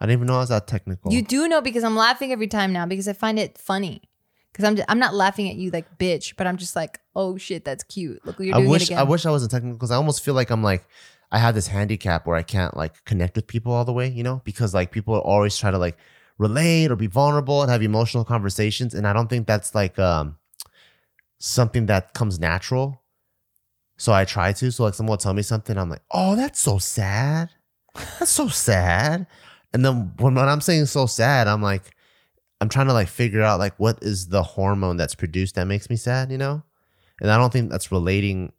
[SPEAKER 2] I didn't even know I was that technical.
[SPEAKER 1] You do know because I'm laughing every time now because I find it funny. Because I'm just, I'm not laughing at you like bitch, but I'm just like, oh shit, that's cute. Look what you're
[SPEAKER 2] I
[SPEAKER 1] doing it
[SPEAKER 2] wish
[SPEAKER 1] again.
[SPEAKER 2] I wish I wasn't technical because I almost feel like I'm like I have this handicap where I can't like connect with people all the way, you know, because like people always try to like relate or be vulnerable and have emotional conversations, and I don't think that's like um something that comes natural. So I try to. So like someone will tell me something, I'm like, oh, that's so sad. That's so sad. And then when, when I'm saying so sad, I'm like, I'm trying to like figure out like what is the hormone that's produced that makes me sad, you know? And I don't think that's relating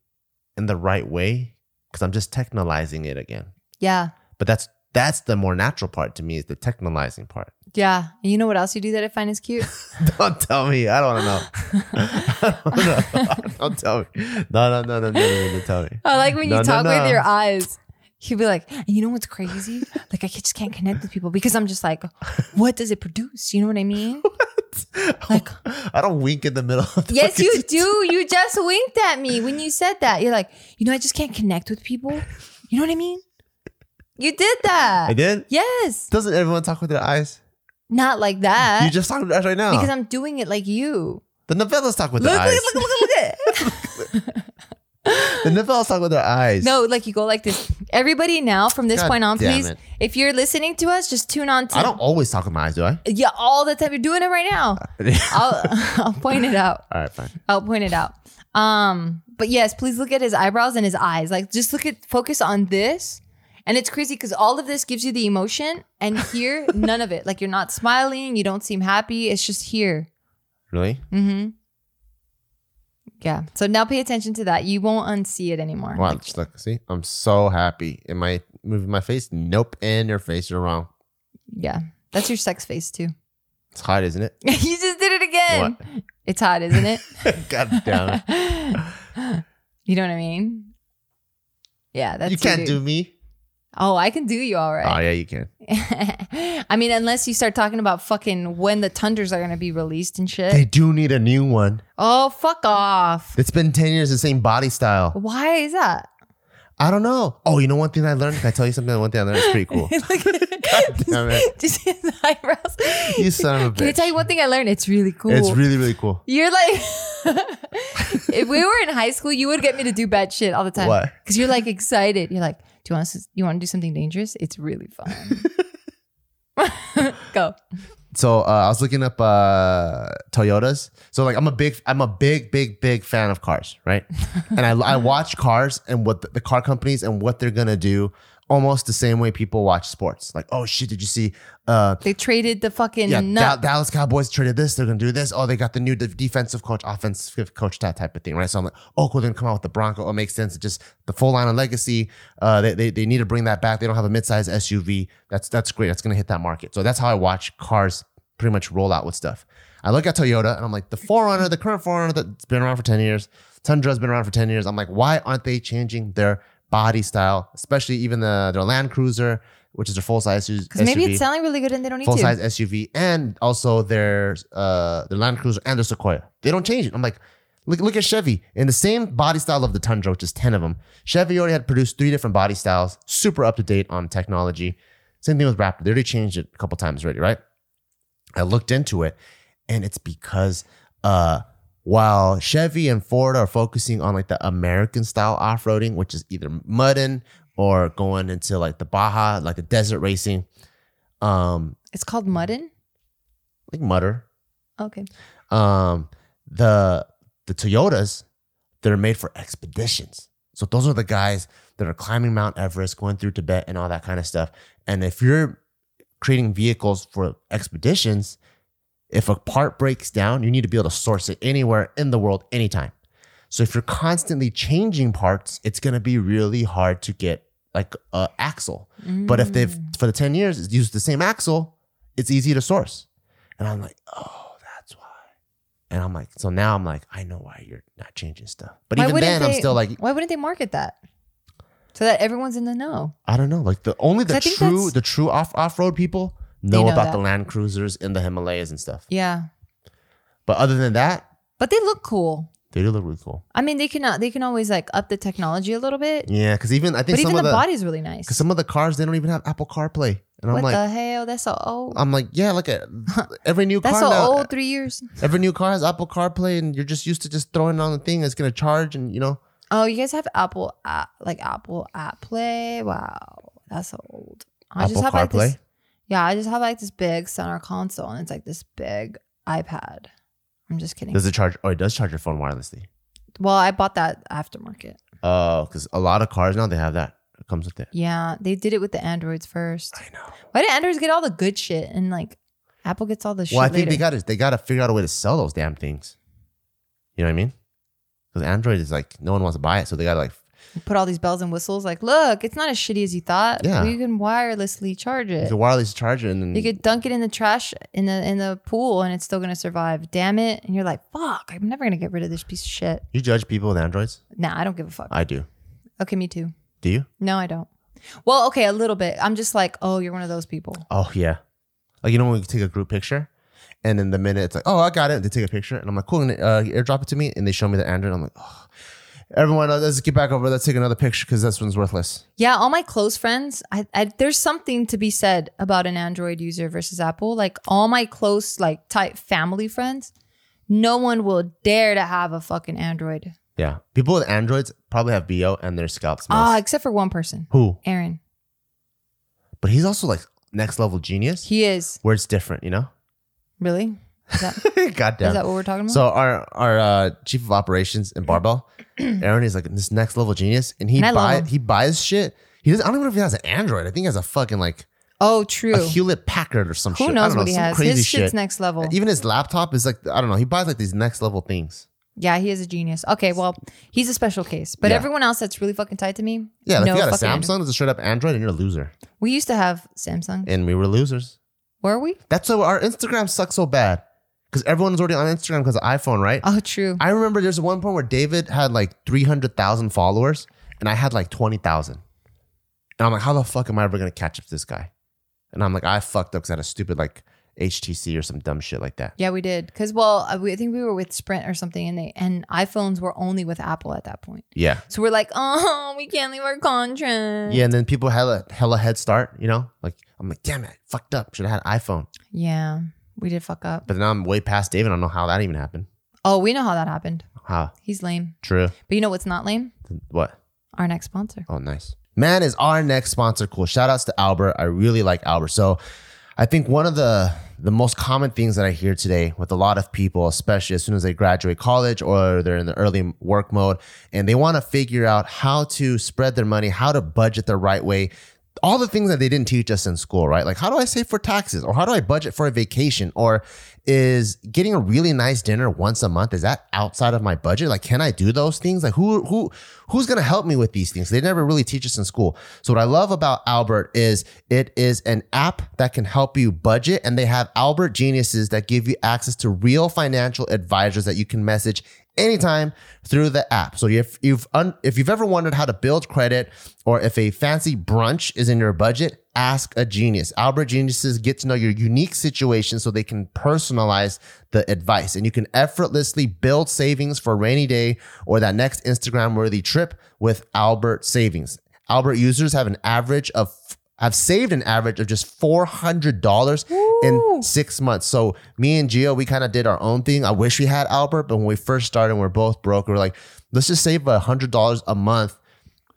[SPEAKER 2] in the right way because I'm just technolizing it again.
[SPEAKER 1] yeah,
[SPEAKER 2] But that's that's the more natural part to me is the technolizing part. *laughs*
[SPEAKER 1] yeah. And you know what else you do that I find is cute?
[SPEAKER 2] Don't tell me. I don't know. *laughs* I don't know. *laughs* Don't tell me. No, no, no, no, no, no, no, no tell me.
[SPEAKER 1] I like when you
[SPEAKER 2] No, no,
[SPEAKER 1] talk
[SPEAKER 2] no.
[SPEAKER 1] with your eyes. You'd be like, and you know what's crazy? like I just can't connect with people because I'm just like, what does it produce? You know what I
[SPEAKER 2] *laughs*
[SPEAKER 1] mean? Like-
[SPEAKER 2] I don't wink in the middle. Of the
[SPEAKER 1] Yes, you do. You just winked at me when you said that. You're like, you know, I just can't connect with people. You know what I mean? You did that.
[SPEAKER 2] I did.
[SPEAKER 1] Yes.
[SPEAKER 2] Doesn't everyone talk with their eyes?
[SPEAKER 1] Not like that.
[SPEAKER 2] you just talk with their eyes right now.
[SPEAKER 1] Uh, because I'm doing it like you.
[SPEAKER 2] the novellas talk with
[SPEAKER 1] Look,
[SPEAKER 2] their eyes.
[SPEAKER 1] look, look, look, look,
[SPEAKER 2] *laughs*
[SPEAKER 1] look.
[SPEAKER 2] The novellas talk with their eyes.
[SPEAKER 1] no, like you go like this. Everybody now from this
[SPEAKER 2] God
[SPEAKER 1] point on,
[SPEAKER 2] damn
[SPEAKER 1] please,
[SPEAKER 2] it.
[SPEAKER 1] if you're listening to us, just tune on to
[SPEAKER 2] I don't always talk with my eyes, do I? *laughs*
[SPEAKER 1] yeah, all the time. You're doing it right now. I'll *laughs* I'll point it out.
[SPEAKER 2] All right, fine.
[SPEAKER 1] I'll point it out. Um, but yes, please look at his eyebrows and his eyes. Like just look at focus on this. And it's crazy because all of this gives you the emotion, and here, *laughs* none of it. Like you're not smiling, you don't seem happy. It's just here.
[SPEAKER 2] Really?
[SPEAKER 1] Mm-hmm. Yeah. So now pay attention to that. You won't unsee it anymore.
[SPEAKER 2] Wow, just look, see, I'm so happy. Am I moving my face? Nope. In your face, you're wrong.
[SPEAKER 1] Yeah. That's your sex face too. *laughs*
[SPEAKER 2] It's hot, isn't *laughs* it?
[SPEAKER 1] you just did it again. It's hot, isn't
[SPEAKER 2] *laughs*
[SPEAKER 1] it?
[SPEAKER 2] God damn it.
[SPEAKER 1] *laughs* you know what I mean? Yeah, that's
[SPEAKER 2] you can't
[SPEAKER 1] dude.
[SPEAKER 2] do me.
[SPEAKER 1] Oh, I can do you all right.
[SPEAKER 2] Oh yeah, you can.
[SPEAKER 1] *laughs* I mean, unless you start talking about fucking when the tundras are going to be released and shit.
[SPEAKER 2] They do need a new one.
[SPEAKER 1] oh, fuck off.
[SPEAKER 2] It's been 10 years, the same body style.
[SPEAKER 1] Why is
[SPEAKER 2] *laughs*
[SPEAKER 1] that?
[SPEAKER 2] I don't know. Oh, you know one thing I learned? Can I tell you something? One thing I learned is
[SPEAKER 1] *laughs*
[SPEAKER 2] pretty cool.
[SPEAKER 1] Look
[SPEAKER 2] damn
[SPEAKER 1] *laughs*
[SPEAKER 2] it.
[SPEAKER 1] Just his eyebrows.
[SPEAKER 2] You son of a bitch.
[SPEAKER 1] Can I tell you one thing I learned? It's really cool.
[SPEAKER 2] It's really, really cool.
[SPEAKER 1] You're like, *laughs* if we were in high school, you would get me to do bad shit all the time.
[SPEAKER 2] What?
[SPEAKER 1] Because you're like excited. You're like, do you want to, you want to do something dangerous? It's really
[SPEAKER 2] *laughs*
[SPEAKER 1] fun. Go.
[SPEAKER 2] So uh, I was looking up uh, Toyotas. So like I'm a big, I'm a big, big, big fan of cars, right? and I, I watch cars and what the, the car companies and what they're gonna do, almost the same way people watch sports. Like, oh shit, did you see? Uh,
[SPEAKER 1] They traded the fucking
[SPEAKER 2] yeah,
[SPEAKER 1] nut.
[SPEAKER 2] Dal- Dallas Cowboys traded this. They're gonna do this. Oh, they got the new de- defensive coach, offensive coach, that type of thing, right? So I'm like, oh, cool. They're gonna come out with the Bronco. It makes sense. It's just the full line of legacy. Uh, they, they they need to bring that back. They don't have a midsize SUV. That's that's great. That's gonna hit that market. So that's how I watch cars pretty much roll out with stuff. I look at Toyota and I'm like, the Forerunner, the current Forerunner that's been around for ten years. Tundra's been around for ten years. I'm like, why aren't they changing their body style, especially even the their Land Cruiser, which is their full size SUV?
[SPEAKER 1] Because maybe it's selling really good and they don't need
[SPEAKER 2] full
[SPEAKER 1] to.
[SPEAKER 2] size SUV and also their uh their Land Cruiser and their Sequoia. They don't change it. I'm like, look look at Chevy in the same body style of the Tundra, which is ten of them. Chevy already had produced three different body styles, super up to date on technology. Same thing with Raptor. They already changed it a couple times already, right? I looked into it, and it's because uh while Chevy and Ford are focusing on like the American style off roading, which is either mudding or going into like the Baja, like the desert racing, um,
[SPEAKER 1] It's called Mudden.
[SPEAKER 2] like mutter.
[SPEAKER 1] Okay.
[SPEAKER 2] Um, the the Toyotas that are made for expeditions. So those are the guys that are climbing Mount Everest, going through Tibet, and all that kind of stuff. And if you're creating vehicles for expeditions, if a part breaks down, you need to be able to source it anywhere in the world, anytime. So if you're constantly changing parts, it's going to be really hard to get like a axle. But if they've
[SPEAKER 1] Mm.
[SPEAKER 2] for the 10 years used the same axle, it's easy to source. And I'm like, oh, that's why. And I'm like, so now I'm like, I know why you're not changing stuff. But
[SPEAKER 1] Why
[SPEAKER 2] even
[SPEAKER 1] wouldn't
[SPEAKER 2] then, I'm
[SPEAKER 1] they-
[SPEAKER 2] still like,
[SPEAKER 1] Why wouldn't they market that? So that everyone's in the know.
[SPEAKER 2] I don't know. Like the only
[SPEAKER 1] 'Cause
[SPEAKER 2] the
[SPEAKER 1] I think
[SPEAKER 2] true
[SPEAKER 1] that's-
[SPEAKER 2] the true off off road people know,
[SPEAKER 1] know
[SPEAKER 2] about
[SPEAKER 1] that.
[SPEAKER 2] the Land Cruisers in the Himalayas and stuff.
[SPEAKER 1] Yeah.
[SPEAKER 2] But other than that,
[SPEAKER 1] But they look cool.
[SPEAKER 2] they do look really cool.
[SPEAKER 1] I mean, they can uh, they can always like up the technology a little bit.
[SPEAKER 2] Yeah, because even I think
[SPEAKER 1] But
[SPEAKER 2] some
[SPEAKER 1] even the,
[SPEAKER 2] of the
[SPEAKER 1] body's really nice.
[SPEAKER 2] because some of the cars they don't even have Apple CarPlay, and I'm
[SPEAKER 1] What
[SPEAKER 2] like,
[SPEAKER 1] the hell? That's so old.
[SPEAKER 2] I'm like, yeah,
[SPEAKER 1] *laughs*
[SPEAKER 2] look at every new
[SPEAKER 1] That's so
[SPEAKER 2] car now.
[SPEAKER 1] old. Three years.
[SPEAKER 2] Every new car has Apple CarPlay, and you're just used to just throwing on the thing that's gonna charge, and you know,
[SPEAKER 1] Oh, you guys have Apple app, like Apple app play. Wow, that's so old. I
[SPEAKER 2] Apple
[SPEAKER 1] have like this.
[SPEAKER 2] CarPlay?
[SPEAKER 1] Yeah, I just have like this big center console, and it's like this big iPad. I'm just kidding.
[SPEAKER 2] does it charge? Oh, it does charge your phone wirelessly.
[SPEAKER 1] well, I bought that aftermarket.
[SPEAKER 2] Oh, because a lot of cars now they have that. It comes with it.
[SPEAKER 1] Yeah, they did it with the Androids first.
[SPEAKER 2] I know.
[SPEAKER 1] Why did Androids get all the good shit and like Apple gets all the shit?
[SPEAKER 2] Well, I think they
[SPEAKER 1] later?
[SPEAKER 2] got to they got to figure out a way to sell those damn things. You know what I mean? Because Android is like no one wants to buy it, so they got to like
[SPEAKER 1] put all these bells and whistles. Like, look, it's not as shitty as you thought.
[SPEAKER 2] Yeah.
[SPEAKER 1] you can wirelessly charge
[SPEAKER 2] you
[SPEAKER 1] it.
[SPEAKER 2] can wireless charge it, and then
[SPEAKER 1] You could dunk it in the trash in the in the pool and it's still gonna survive. Damn it. And you're like, fuck, I'm never gonna get rid of this piece of shit.
[SPEAKER 2] you judge people with Androids.
[SPEAKER 1] Nah, I don't give a fuck.
[SPEAKER 2] I do.
[SPEAKER 1] okay, me too.
[SPEAKER 2] Do you?
[SPEAKER 1] No, I don't. Well, okay, a little bit. I'm just like, oh, you're one of those people.
[SPEAKER 2] Oh yeah. Like you know when we take a group picture, and then the minute it's like, oh, I got it. They take a picture, and I'm like, cool, and, uh, airdrop it to me, and they show me the Android. I'm like, oh. everyone, uh, let's get back over. Let's take another picture because this one's worthless.
[SPEAKER 1] Yeah, all my close friends, I, I there's something to be said about an Android user versus Apple. Like all my close, like type family friends, no one will dare to have a fucking Android.
[SPEAKER 2] Yeah, people with Androids probably have bo and their scalp smells.
[SPEAKER 1] Ah, except for one person,
[SPEAKER 2] Who?
[SPEAKER 1] Aaron.
[SPEAKER 2] But he's also like next level genius,
[SPEAKER 1] He is
[SPEAKER 2] where it's different. You know? *laughs*
[SPEAKER 1] really. Is that,
[SPEAKER 2] God damn.
[SPEAKER 1] is that what we're talking about?
[SPEAKER 2] So our our uh, chief of operations
[SPEAKER 1] *clears throat*
[SPEAKER 2] in Barbell, Aaron is like this next level genius, and he
[SPEAKER 1] And I love
[SPEAKER 2] buy,
[SPEAKER 1] him.
[SPEAKER 2] he buys shit. He doesn't. I don't even know if he has an Android. I think he has a fucking like
[SPEAKER 1] oh, true.
[SPEAKER 2] a Hewlett Packard or some shit.
[SPEAKER 1] Who
[SPEAKER 2] I
[SPEAKER 1] knows
[SPEAKER 2] don't know,
[SPEAKER 1] what he
[SPEAKER 2] some
[SPEAKER 1] has?
[SPEAKER 2] Crazy
[SPEAKER 1] His
[SPEAKER 2] shit.
[SPEAKER 1] shit's next level.
[SPEAKER 2] Even his laptop is like I don't know. He buys like these next level things.
[SPEAKER 1] yeah, he is a genius. Okay, well, he's a special case. But
[SPEAKER 2] Yeah.
[SPEAKER 1] everyone else that's really fucking tied to me,
[SPEAKER 2] Yeah, like
[SPEAKER 1] no
[SPEAKER 2] if you got a
[SPEAKER 1] fucking Android.
[SPEAKER 2] Samsung, it's a straight up Android, and you're a loser.
[SPEAKER 1] We used to have Samsung.
[SPEAKER 2] And we were losers.
[SPEAKER 1] Were we? *laughs*
[SPEAKER 2] That's why our Instagram sucks so bad because everyone's already on Instagram because of iPhone, right?
[SPEAKER 1] Oh, true.
[SPEAKER 2] I remember there's one point where David had like 300,000 followers and I had like 20,000. And I'm like, how the fuck am I ever going to catch up to this guy? And I'm like, I fucked up because I had a stupid like HTC or some dumb shit like that.
[SPEAKER 1] Yeah, we did. Because well, I we- I think we were with Sprint or something, and they and iPhones were only with Apple at that point.
[SPEAKER 2] Yeah.
[SPEAKER 1] So we're like, *laughs* oh, we can't leave our contract.
[SPEAKER 2] Yeah, and then people had a hella head start, you know? Like I'm like, damn it, fucked up. Should have had an iPhone.
[SPEAKER 1] Yeah, we did fuck up.
[SPEAKER 2] But now I'm way past David. I don't know how that even happened.
[SPEAKER 1] Oh, we know how that happened.
[SPEAKER 2] How?
[SPEAKER 1] He's lame.
[SPEAKER 2] True.
[SPEAKER 1] But you know what's not lame?
[SPEAKER 2] What?
[SPEAKER 1] Our next sponsor.
[SPEAKER 2] Oh, nice. Man is our next sponsor. Cool. Shout outs to Albert. I really like Albert. So I think one of the the most common things that I hear today with a lot of people, especially as soon as they graduate college or they're in the early work mode, and they want to figure out how to spread their money, how to budget the right way. All the things that they didn't teach us in school, right? Like, how do I save for taxes? Or how do I budget for a vacation? Or is getting a really nice dinner once a month, is that outside of my budget? Like, can I do those things? Like, who, who, who's going to help me with these things? They never really teach us in school. So what I love about Albert is it is an app that can help you budget and they have Albert geniuses that give you access to real financial advisors that you can message anytime through the app. So if you've un- if you've ever wondered how to build credit or if a fancy brunch is in your budget, ask a genius. Albert geniuses get to know your unique situation so they can personalize the advice and you can effortlessly build savings for a rainy day or that next Instagram worthy trip with Albert savings. Albert users have an average of have saved an average of just four hundred dollars in six months. So me and Gio, we kind of did our own thing. I wish we had Albert, but when we first started, we are both broke. We are like, let's just save hundred dollars a month,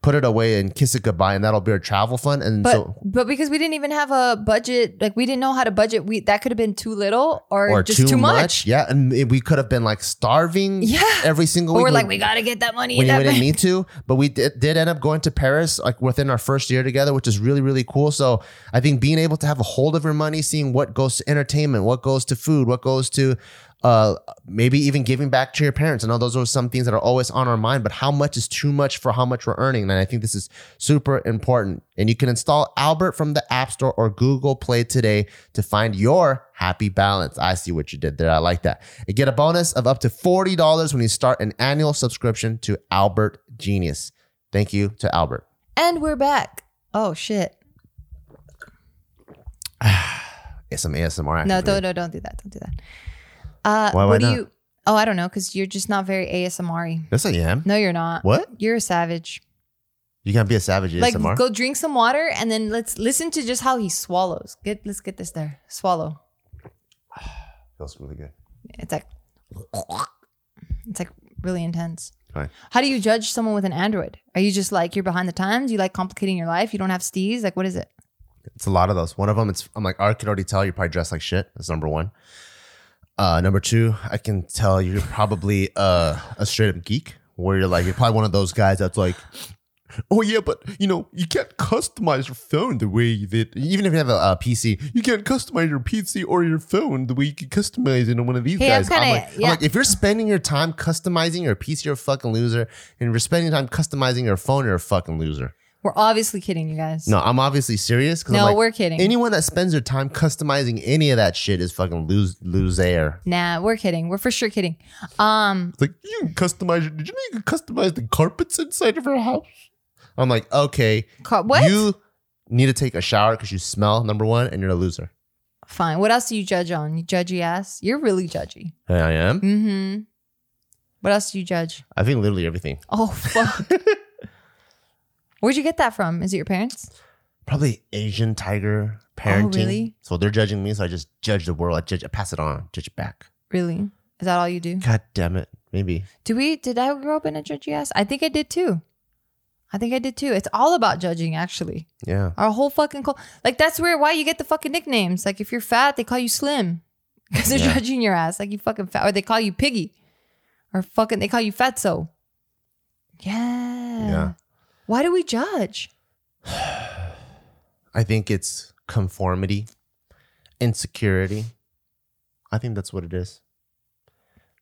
[SPEAKER 2] put it away, and kiss it goodbye, and that'll be our travel fund. And
[SPEAKER 1] But
[SPEAKER 2] so
[SPEAKER 1] but because we didn't even have a budget, like we didn't know how to budget, we that could have been too little or, just too, much.
[SPEAKER 2] Yeah, and it- we could have been like starving.
[SPEAKER 1] Yeah.
[SPEAKER 2] every single
[SPEAKER 1] But
[SPEAKER 2] week.
[SPEAKER 1] we're
[SPEAKER 2] We-
[SPEAKER 1] like, we gotta get that money.
[SPEAKER 2] we
[SPEAKER 1] in
[SPEAKER 2] knew
[SPEAKER 1] that
[SPEAKER 2] we didn't
[SPEAKER 1] bank."
[SPEAKER 2] need to, but we did, did end up going to Paris like within our first year together, which is really really cool. So I think being able to have a hold of your money, seeing what goes to entertainment, what goes to food, what goes to uh, maybe even giving back to your parents. I know those are some things that are always on our mind, but how much is too much for how much we're earning? And I think this is super important. And you can install Albert from the App Store or Google Play today to find your happy balance. I see what you did there. I like that. And get a bonus of up to $40 when you start an annual subscription to Albert Genius. Thank you to Albert.
[SPEAKER 1] And we're back. Oh shit.
[SPEAKER 2] It's some ASMR. action
[SPEAKER 1] No,
[SPEAKER 2] for me.
[SPEAKER 1] don't no, don't do that. Don't do that. Uh
[SPEAKER 2] Why- why
[SPEAKER 1] what do
[SPEAKER 2] not?
[SPEAKER 1] you oh I don't know, because you're just not very ASMR.
[SPEAKER 2] Yes, I am.
[SPEAKER 1] No, you're not.
[SPEAKER 2] What?
[SPEAKER 1] You're a savage.
[SPEAKER 2] You can't be a savage
[SPEAKER 1] Like
[SPEAKER 2] ASMR.
[SPEAKER 1] go drink some water and then let's listen to just how he swallows. Get let's get this there. Swallow.
[SPEAKER 2] Feels really good.
[SPEAKER 1] It's like it's like really intense.
[SPEAKER 2] Right.
[SPEAKER 1] How do you judge someone with an Android? Are you just like you're behind the times? You like complicating your life? You don't have stees? Like what is it?
[SPEAKER 2] It's a lot of those. One of them, it's I'm like, I can already tell you're probably dressed like shit. That's number one. Uh, number two, I can tell you're probably uh, a straight up geek, where you're like, you're probably one of those guys that's like, oh yeah, but you know, you can't customize your phone the way that even if you have a, uh PC, you can't customize your PC or your phone the way you can customize it on one of these
[SPEAKER 1] Hey, I'm
[SPEAKER 2] guys.
[SPEAKER 1] kinda-
[SPEAKER 2] like,
[SPEAKER 1] yeah.
[SPEAKER 2] I'm like, if you're spending your time customizing your PC, you're a fucking loser, and if you're spending time customizing your phone, you're a fucking loser.
[SPEAKER 1] We're obviously kidding you guys.
[SPEAKER 2] No, I'm obviously serious. 'cause I'm
[SPEAKER 1] No,
[SPEAKER 2] like,
[SPEAKER 1] we're kidding.
[SPEAKER 2] Anyone that spends their time customizing any of that shit is fucking lose lose air.
[SPEAKER 1] nah, we're kidding. We're for sure kidding. Um
[SPEAKER 2] It's like you can customize. your- Did you know you can customize the carpets inside of your house? I'm like, okay,
[SPEAKER 1] ca- what?
[SPEAKER 2] you need to take a shower because you smell number one, and you're a loser.
[SPEAKER 1] Fine. What else do you judge on? You judgy ass? You're really judgy.
[SPEAKER 2] Hey, I am.
[SPEAKER 1] Mm-hmm. What else do you judge?
[SPEAKER 2] I think literally everything.
[SPEAKER 1] Oh
[SPEAKER 2] *laughs*
[SPEAKER 1] fuck. Where'd you get that from? Is it your parents?
[SPEAKER 2] Probably Asian tiger parenting.
[SPEAKER 1] Oh, really?
[SPEAKER 2] So they're judging me, so I just judge the world. I judge. I pass it on. Judge it back.
[SPEAKER 1] Really? Is that all you do?
[SPEAKER 2] God damn it. Maybe.
[SPEAKER 1] Do we? Did I grow up in a judgy ass? I think I did too. I think I did too. It's all about judging, actually.
[SPEAKER 2] Yeah.
[SPEAKER 1] Our whole fucking call. Like that's where why you get the fucking nicknames. Like if you're fat, they call you slim *laughs* because they're
[SPEAKER 2] Yeah.
[SPEAKER 1] judging your ass. Like you fucking fat, or they call you piggy, or fucking they call you fatso. Yeah.
[SPEAKER 2] Yeah.
[SPEAKER 1] Why do we judge?
[SPEAKER 2] *sighs* I think it's conformity, insecurity. I think that's what it is.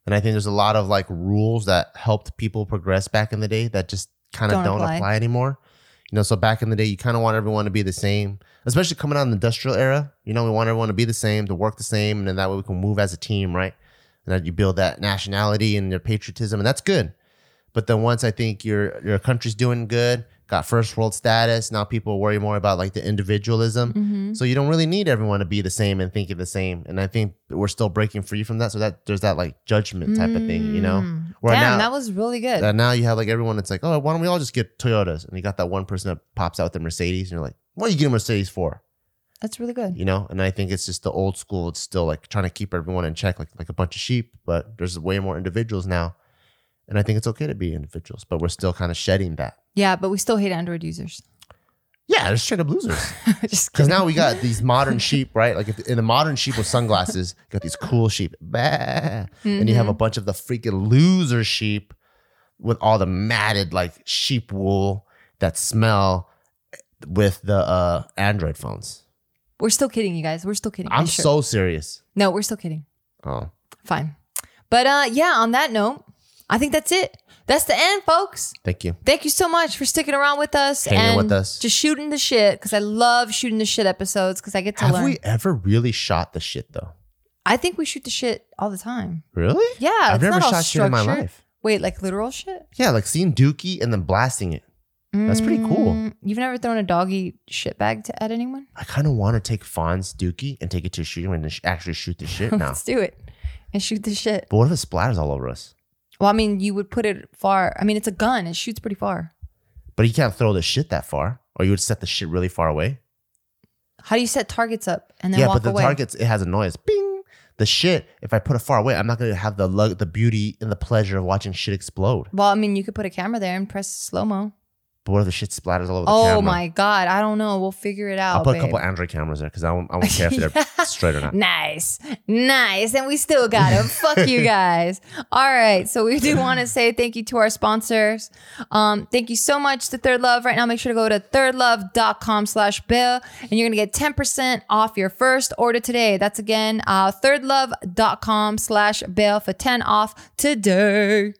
[SPEAKER 2] And I think there's a lot of like rules that helped people progress back in the day that just kind of
[SPEAKER 1] Don't
[SPEAKER 2] don't,
[SPEAKER 1] apply.
[SPEAKER 2] apply. anymore. You know, so back in the day, you kind of want everyone to be the same, especially coming out of the industrial era. You know, we want everyone to be the same, to work the same, and then that way we can move as a team, right? And that you build that nationality and your patriotism, and that's good. But then once I think your your country's doing good, got first world status. Now people worry more about like the individualism.
[SPEAKER 1] Mm-hmm.
[SPEAKER 2] So you don't really need everyone to be the same and think of the same. And I think we're still breaking free from that. So that there's that like judgment type of thing, you know?
[SPEAKER 1] Mm.
[SPEAKER 2] Where
[SPEAKER 1] Damn,
[SPEAKER 2] now-
[SPEAKER 1] that was really good.
[SPEAKER 2] And now you have like everyone that's like, oh, why don't we all just get Toyotas? And you got that one person that pops out with the Mercedes and you're like, what are you getting a Mercedes for?
[SPEAKER 1] That's really good.
[SPEAKER 2] You know? And I think it's just the old school. It's still like trying to keep everyone in check like, like a bunch of sheep, but there's way more individuals now. And I think it's okay to be individuals, but we're still kind of shedding that.
[SPEAKER 1] Yeah, but we still hate Android users. *laughs*
[SPEAKER 2] Yeah, they're straight up losers.
[SPEAKER 1] Just
[SPEAKER 2] Because
[SPEAKER 1] kidding.
[SPEAKER 2] now we got these modern sheep, right? Like if, in the modern sheep with sunglasses, you got these cool sheep, bah, and you have a bunch of the freaking loser sheep with all the matted like sheep wool that smell with the uh, Android phones.
[SPEAKER 1] we're still kidding, you guys. We're still kidding.
[SPEAKER 2] I'm
[SPEAKER 1] Are you sure?
[SPEAKER 2] so serious.
[SPEAKER 1] no, we're still kidding.
[SPEAKER 2] Oh,
[SPEAKER 1] Fine, but uh, yeah. On that note, I think that's it. That's the end, folks.
[SPEAKER 2] thank you.
[SPEAKER 1] Thank you so much for sticking around with us
[SPEAKER 2] Hanging
[SPEAKER 1] and
[SPEAKER 2] with us.
[SPEAKER 1] just shooting the shit because I love shooting the shit episodes because I get to
[SPEAKER 2] Have
[SPEAKER 1] learn.
[SPEAKER 2] we ever really shot the shit though?
[SPEAKER 1] I think we shoot the shit all the time.
[SPEAKER 2] Really?
[SPEAKER 1] Yeah,
[SPEAKER 2] I've
[SPEAKER 1] it's
[SPEAKER 2] never
[SPEAKER 1] not all
[SPEAKER 2] shot shit in my
[SPEAKER 1] structured.
[SPEAKER 2] life.
[SPEAKER 1] Wait, like literal shit?
[SPEAKER 2] Yeah, like seeing Dookie and then blasting it. That's pretty cool.
[SPEAKER 1] Mm, You've never thrown a doggy shit bag to, at anyone?
[SPEAKER 2] I kind of want to take Fawn's Dookie and take it to a shooting range and sh- actually shoot the
[SPEAKER 1] *laughs*
[SPEAKER 2] shit now.
[SPEAKER 1] Let's do it and shoot the shit.
[SPEAKER 2] But what if it splatters all over us?
[SPEAKER 1] Well, I mean, you would put it far. I mean, it's a gun. It shoots pretty far.
[SPEAKER 2] But you can't throw the shit that far, or you would set the shit really far away.
[SPEAKER 1] How do you set targets up and then
[SPEAKER 2] yeah,
[SPEAKER 1] walk
[SPEAKER 2] but the
[SPEAKER 1] away?
[SPEAKER 2] targets it has a noise. Bing. The shit. If I put it far away, I'm not gonna have the lug, the beauty and the pleasure of watching shit explode.
[SPEAKER 1] well, I mean, you could put a camera there and press slow mo.
[SPEAKER 2] But what if the shit splatters all over the
[SPEAKER 1] Oh
[SPEAKER 2] camera?
[SPEAKER 1] my god, I don't know. We'll figure it out.
[SPEAKER 2] I'll put
[SPEAKER 1] babe.
[SPEAKER 2] a couple Android cameras there because I won't, I won't care if they're
[SPEAKER 1] *laughs* Yeah.
[SPEAKER 2] straight or not.
[SPEAKER 1] Nice, nice, and we still got
[SPEAKER 2] *laughs*
[SPEAKER 1] them. Fuck you guys. All right, so we do want to say thank you to our sponsors. Um, thank you so much to Third Love. Right now, make sure to go to thirdlove.com slash bill, and you're gonna get 10% off your first order today. That's again uh, thirdlove.com slash bill for 10 off today.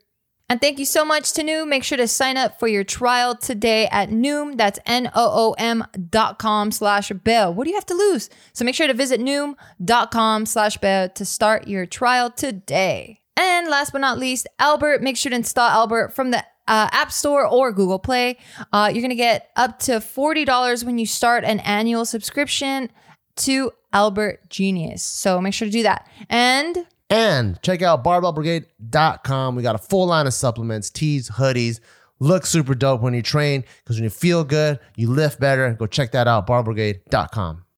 [SPEAKER 1] And thank you so much to Noom. Make sure to sign up for your trial today at Noom. That's N-O-O-M dot com slash bell. What do you have to lose? So make sure to visit Noom.com slash bell to start your trial today. And last but not least, Albert. Make sure to install Albert from the uh, App Store or Google Play. Uh, you're going to get up to $40 when you start an annual subscription to Albert Genius. So make sure to do that. And...
[SPEAKER 2] And check out barbellbrigade.com. We got a full line of supplements, tees, hoodies. Look super dope when you train because when you feel good, you lift better. Go check that out, barbellbrigade.com.